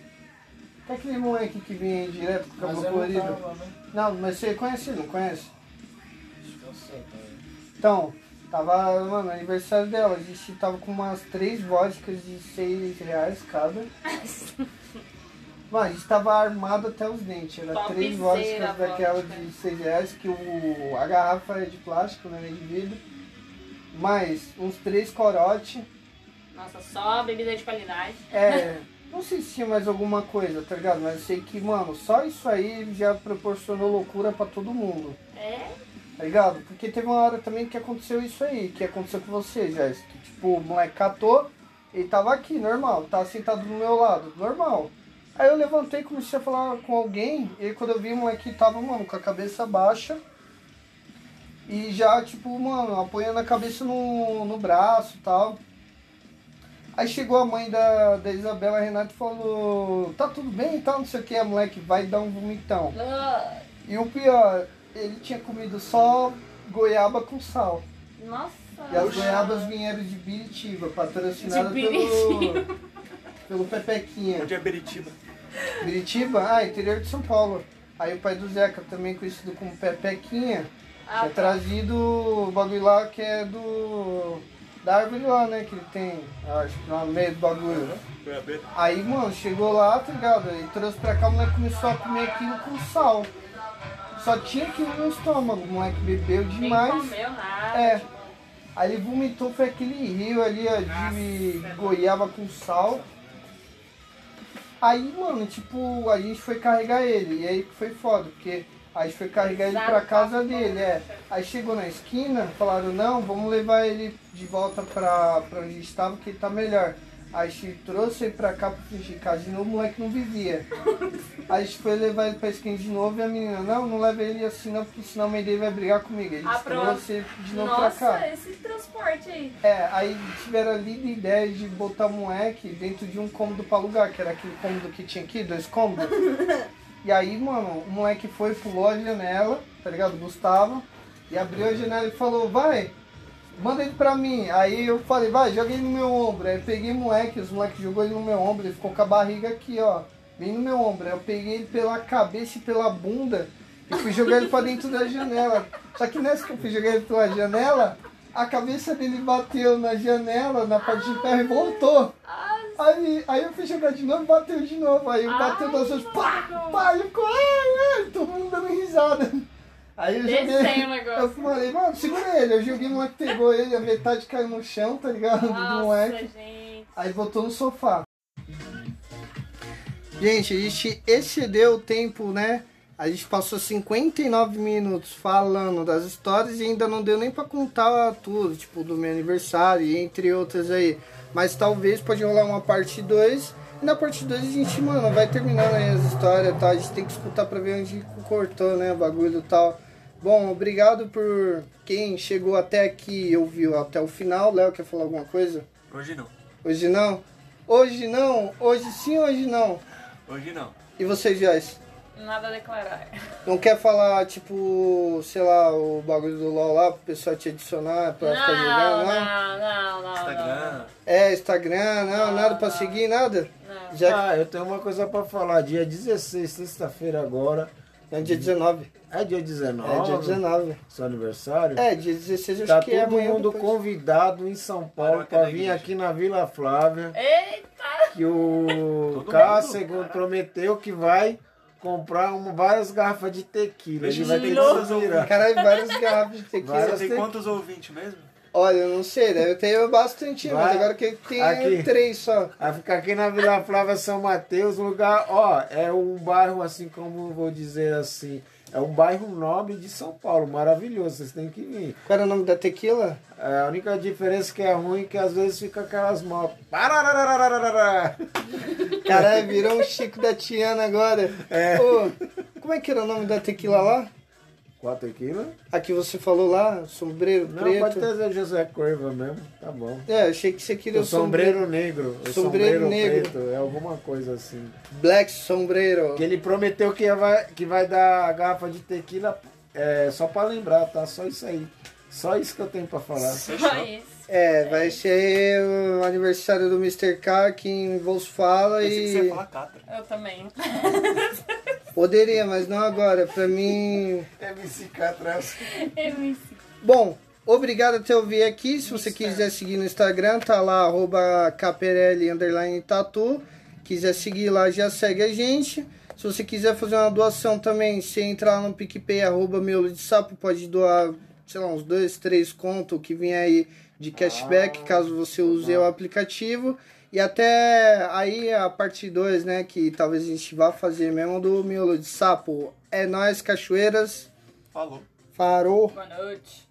[SPEAKER 1] Tá aquele moleque que vinha aí direto com o
[SPEAKER 5] Mas
[SPEAKER 1] cabelo
[SPEAKER 5] eu não
[SPEAKER 1] colorido.
[SPEAKER 5] tava, né?
[SPEAKER 1] Não, mas você conhece, não conhece?
[SPEAKER 5] Eu sei, cara.
[SPEAKER 1] Então, tava, mano, aniversário dela, a gente tava com umas três vodkas de seis reais cada. Mano, a gente tava armado até os dentes, era três
[SPEAKER 3] Topzera a
[SPEAKER 1] vodkas
[SPEAKER 3] vodka.
[SPEAKER 1] daquela de seis reais, que o, a garrafa é de plástico, né, nem de vidro. Mais uns três corote,
[SPEAKER 3] Nossa, só bebida de qualidade.
[SPEAKER 1] é... Não sei se tinha mais alguma coisa, tá ligado? Mas eu sei que, mano, só isso aí já proporcionou loucura pra todo mundo.
[SPEAKER 3] É?
[SPEAKER 1] Tá ligado? Porque teve uma hora também que aconteceu isso aí, que aconteceu com você, Jéssica. Que, Tipo, o moleque catou, ele tava aqui, normal, tava sentado do meu lado, normal. Aí eu levantei, comecei a falar com alguém, e quando eu vi o moleque tava, mano, com a cabeça baixa. E já, tipo, mano, apoiando a cabeça no, no braço e tal. Aí chegou a mãe da, da Isabela Renato e falou, tá tudo bem e tal, não sei o que, a moleque vai dar um vomitão.
[SPEAKER 3] Ah,
[SPEAKER 1] E o pior, ele tinha comido só goiaba com sal.
[SPEAKER 3] Nossa.
[SPEAKER 1] E é as goiabas vieram de Biritiba, patrocinada
[SPEAKER 3] De
[SPEAKER 1] pelo. pelo Pepequinha.
[SPEAKER 2] Onde é Beritiba?
[SPEAKER 1] Biritiba? Ah, interior de São Paulo. Aí o pai do Zeca, também conhecido como Pepequinha,
[SPEAKER 3] Ah,
[SPEAKER 1] tinha trazido o bagulho lá que é do. da árvore lá, né? Que ele tem, acho que lá no meio do bagulho.
[SPEAKER 2] Goiabeta.
[SPEAKER 1] Aí, mano, chegou lá, tá ligado? E trouxe pra cá, o moleque começou a comer aquilo com sal. Só tinha aquilo no estômago, o moleque bebeu
[SPEAKER 3] Nem
[SPEAKER 1] demais.
[SPEAKER 3] comeu nada.
[SPEAKER 1] É. Aí ele vomitou, foi aquele rio ali, ó,
[SPEAKER 3] é
[SPEAKER 1] de goiaba com sal. Aí, mano, tipo, a gente foi carregar ele. E aí que foi foda, porque a gente foi carregar ele pra casa dele, é. Aí chegou na esquina, falaram, não, vamos levar ele de volta pra, pra onde estava, que ele tá melhor. Aí a gente trouxe ele pra cá pra fingir casa de novo, o moleque não vivia. Aí a gente foi levar ele pra esquina de novo e a menina, não, não leva ele assim não, porque senão a mãe dele vai brigar comigo. Eles
[SPEAKER 3] Ah, pronto.
[SPEAKER 1] trouxe ele de novo pra
[SPEAKER 3] Nossa, é.
[SPEAKER 1] cá.
[SPEAKER 3] esse transporte aí.
[SPEAKER 1] É, aí tiveram a linda ideia de botar o moleque dentro de um cômodo pra alugar, que era aquele cômodo que tinha aqui, dois cômodos. e aí, mano, o moleque foi, pulou a janela, tá ligado? Gustavo, e abriu a janela e falou, vai, manda ele pra mim. Aí eu falei, vai, joga ele no meu ombro. Aí eu peguei o moleque, os moleques jogou ele no meu ombro, ele ficou com a barriga aqui, ó. bem no meu ombro. Aí Eu peguei ele pela cabeça e pela bunda e fui jogar ele pra dentro da janela. Só que nessa que eu fui jogar ele pela janela, a cabeça dele bateu na janela, na parte de ferro e voltou. Aí, aí eu fui jogar de novo, bateu de novo. Aí eu bateu das duas, pá, pá, e ficou, ai, ai, todo mundo dando risada. Aí eu
[SPEAKER 3] Desenho
[SPEAKER 1] joguei.
[SPEAKER 3] o um negócio.
[SPEAKER 1] Eu falei, mano, segura ele. Eu joguei o moleque, pegou ele, a metade caiu no chão, tá ligado? Do
[SPEAKER 3] Nossa,
[SPEAKER 1] moleque.
[SPEAKER 3] gente.
[SPEAKER 1] Aí voltou no sofá. Gente, a gente excedeu o tempo, né? A gente passou 59 minutos falando das histórias e ainda não deu nem pra contar tudo, tipo, do meu aniversário e entre outras aí. Mas talvez pode rolar uma parte 2. E na parte 2 a gente, mano, vai terminando aí as histórias e tal. A gente tem que escutar pra ver onde cortou, né? O bagulho e tal. Bom, obrigado por quem chegou até aqui e ouviu até o final. Léo, quer falar alguma coisa?
[SPEAKER 2] Hoje não.
[SPEAKER 1] Hoje não? Hoje não? Hoje sim, hoje não?
[SPEAKER 2] Hoje não.
[SPEAKER 1] E vocês, Joyce?
[SPEAKER 3] Nada a declarar.
[SPEAKER 1] Não quer falar, tipo, sei lá, o bagulho do LOL lá pro pessoal te adicionar pra ficar
[SPEAKER 3] Não,
[SPEAKER 1] jogando é lá?
[SPEAKER 3] não, não, não.
[SPEAKER 2] Instagram.
[SPEAKER 1] É, Instagram, não, nada pra seguir, nada?
[SPEAKER 3] Não.
[SPEAKER 1] Já
[SPEAKER 5] Ah, eu tenho uma coisa pra falar. Dia 16, sexta-feira agora.
[SPEAKER 1] que é dia 19.
[SPEAKER 5] É dia 19.
[SPEAKER 1] É dia 19.
[SPEAKER 5] Seu aniversário.
[SPEAKER 1] É, dia 16 acho
[SPEAKER 5] Tá
[SPEAKER 1] que é
[SPEAKER 5] todo
[SPEAKER 1] amanhã.
[SPEAKER 5] mundo
[SPEAKER 1] depois.
[SPEAKER 5] convidado em São Paulo
[SPEAKER 2] Paróquia
[SPEAKER 5] pra
[SPEAKER 2] da
[SPEAKER 5] vir
[SPEAKER 2] igreja.
[SPEAKER 5] aqui na Vila Flávia.
[SPEAKER 3] Eita!
[SPEAKER 5] Que o
[SPEAKER 2] mundo,
[SPEAKER 5] Cássego
[SPEAKER 2] cara.
[SPEAKER 5] prometeu que vai comprar um- várias garrafas de tequila.
[SPEAKER 2] Deixa
[SPEAKER 5] Ele
[SPEAKER 2] eu
[SPEAKER 5] vai ter
[SPEAKER 2] ver se
[SPEAKER 5] que
[SPEAKER 2] eu
[SPEAKER 5] virar.
[SPEAKER 1] Caralho, vários garrafas de tequila.
[SPEAKER 5] Várias-
[SPEAKER 2] Você tem
[SPEAKER 5] tem-
[SPEAKER 2] quantos ouvintes mesmo?
[SPEAKER 1] Olha, eu não sei, né? Eu tenho bastante, mas
[SPEAKER 5] Vai.
[SPEAKER 1] agora que tem
[SPEAKER 5] Aqui.
[SPEAKER 1] três só.
[SPEAKER 5] Vai ficar aqui na Vila Flávia São Mateus, um lugar, ó, é um bairro assim como eu vou dizer assim, é um bairro nobre de São Paulo, maravilhoso, vocês têm que vir.
[SPEAKER 1] Qual era o nome da tequila?
[SPEAKER 5] É, a única diferença que é ruim é que às vezes fica aquelas mal. Parararararararara.
[SPEAKER 1] Caralho, virou um Chico da Tiana agora.
[SPEAKER 5] É.
[SPEAKER 1] Ô, como é que era o nome da tequila lá?
[SPEAKER 5] Quatro quilos?
[SPEAKER 1] A que você falou lá, sombreiro
[SPEAKER 5] Não,
[SPEAKER 1] preto.
[SPEAKER 5] pode trazer José Corva mesmo, tá bom.
[SPEAKER 1] É, achei que você queria
[SPEAKER 5] O sombreiro negro, o
[SPEAKER 1] Sombreiro
[SPEAKER 5] sombreiro,
[SPEAKER 1] negro.
[SPEAKER 5] preto, é alguma coisa assim.
[SPEAKER 1] Black sombreiro.
[SPEAKER 5] Que ele prometeu que vai, que vai dar a garrafa de tequila é, só pra lembrar, tá? Só isso aí. Só isso que eu tenho pra falar.
[SPEAKER 3] Só isso.
[SPEAKER 1] É, vai ser o aniversário do Mr. K aqui em Vols Fala
[SPEAKER 2] Pensei que você
[SPEAKER 1] e.
[SPEAKER 2] ia falar Catra.
[SPEAKER 3] Eu também.
[SPEAKER 1] Poderia, mas não agora. Pra mim.
[SPEAKER 5] MC Catras.
[SPEAKER 3] Eu isso.
[SPEAKER 1] Bom, obrigado até ouvir aqui. Se você quiser seguir no Instagram, tá lá, arroba KPRL underline tatu. Quiser seguir lá, já segue a gente. Se você quiser fazer uma doação também, você entra lá no PicPay, arroba miolo de sapo, pode doar, sei lá, uns dois, três conto que vem aí de cashback, caso você use o aplicativo. E até aí a parte 2, né, que talvez a gente vá fazer mesmo do miolo de sapo. É nós cachoeiras,
[SPEAKER 2] Falou.
[SPEAKER 1] farou.
[SPEAKER 3] Boa noite.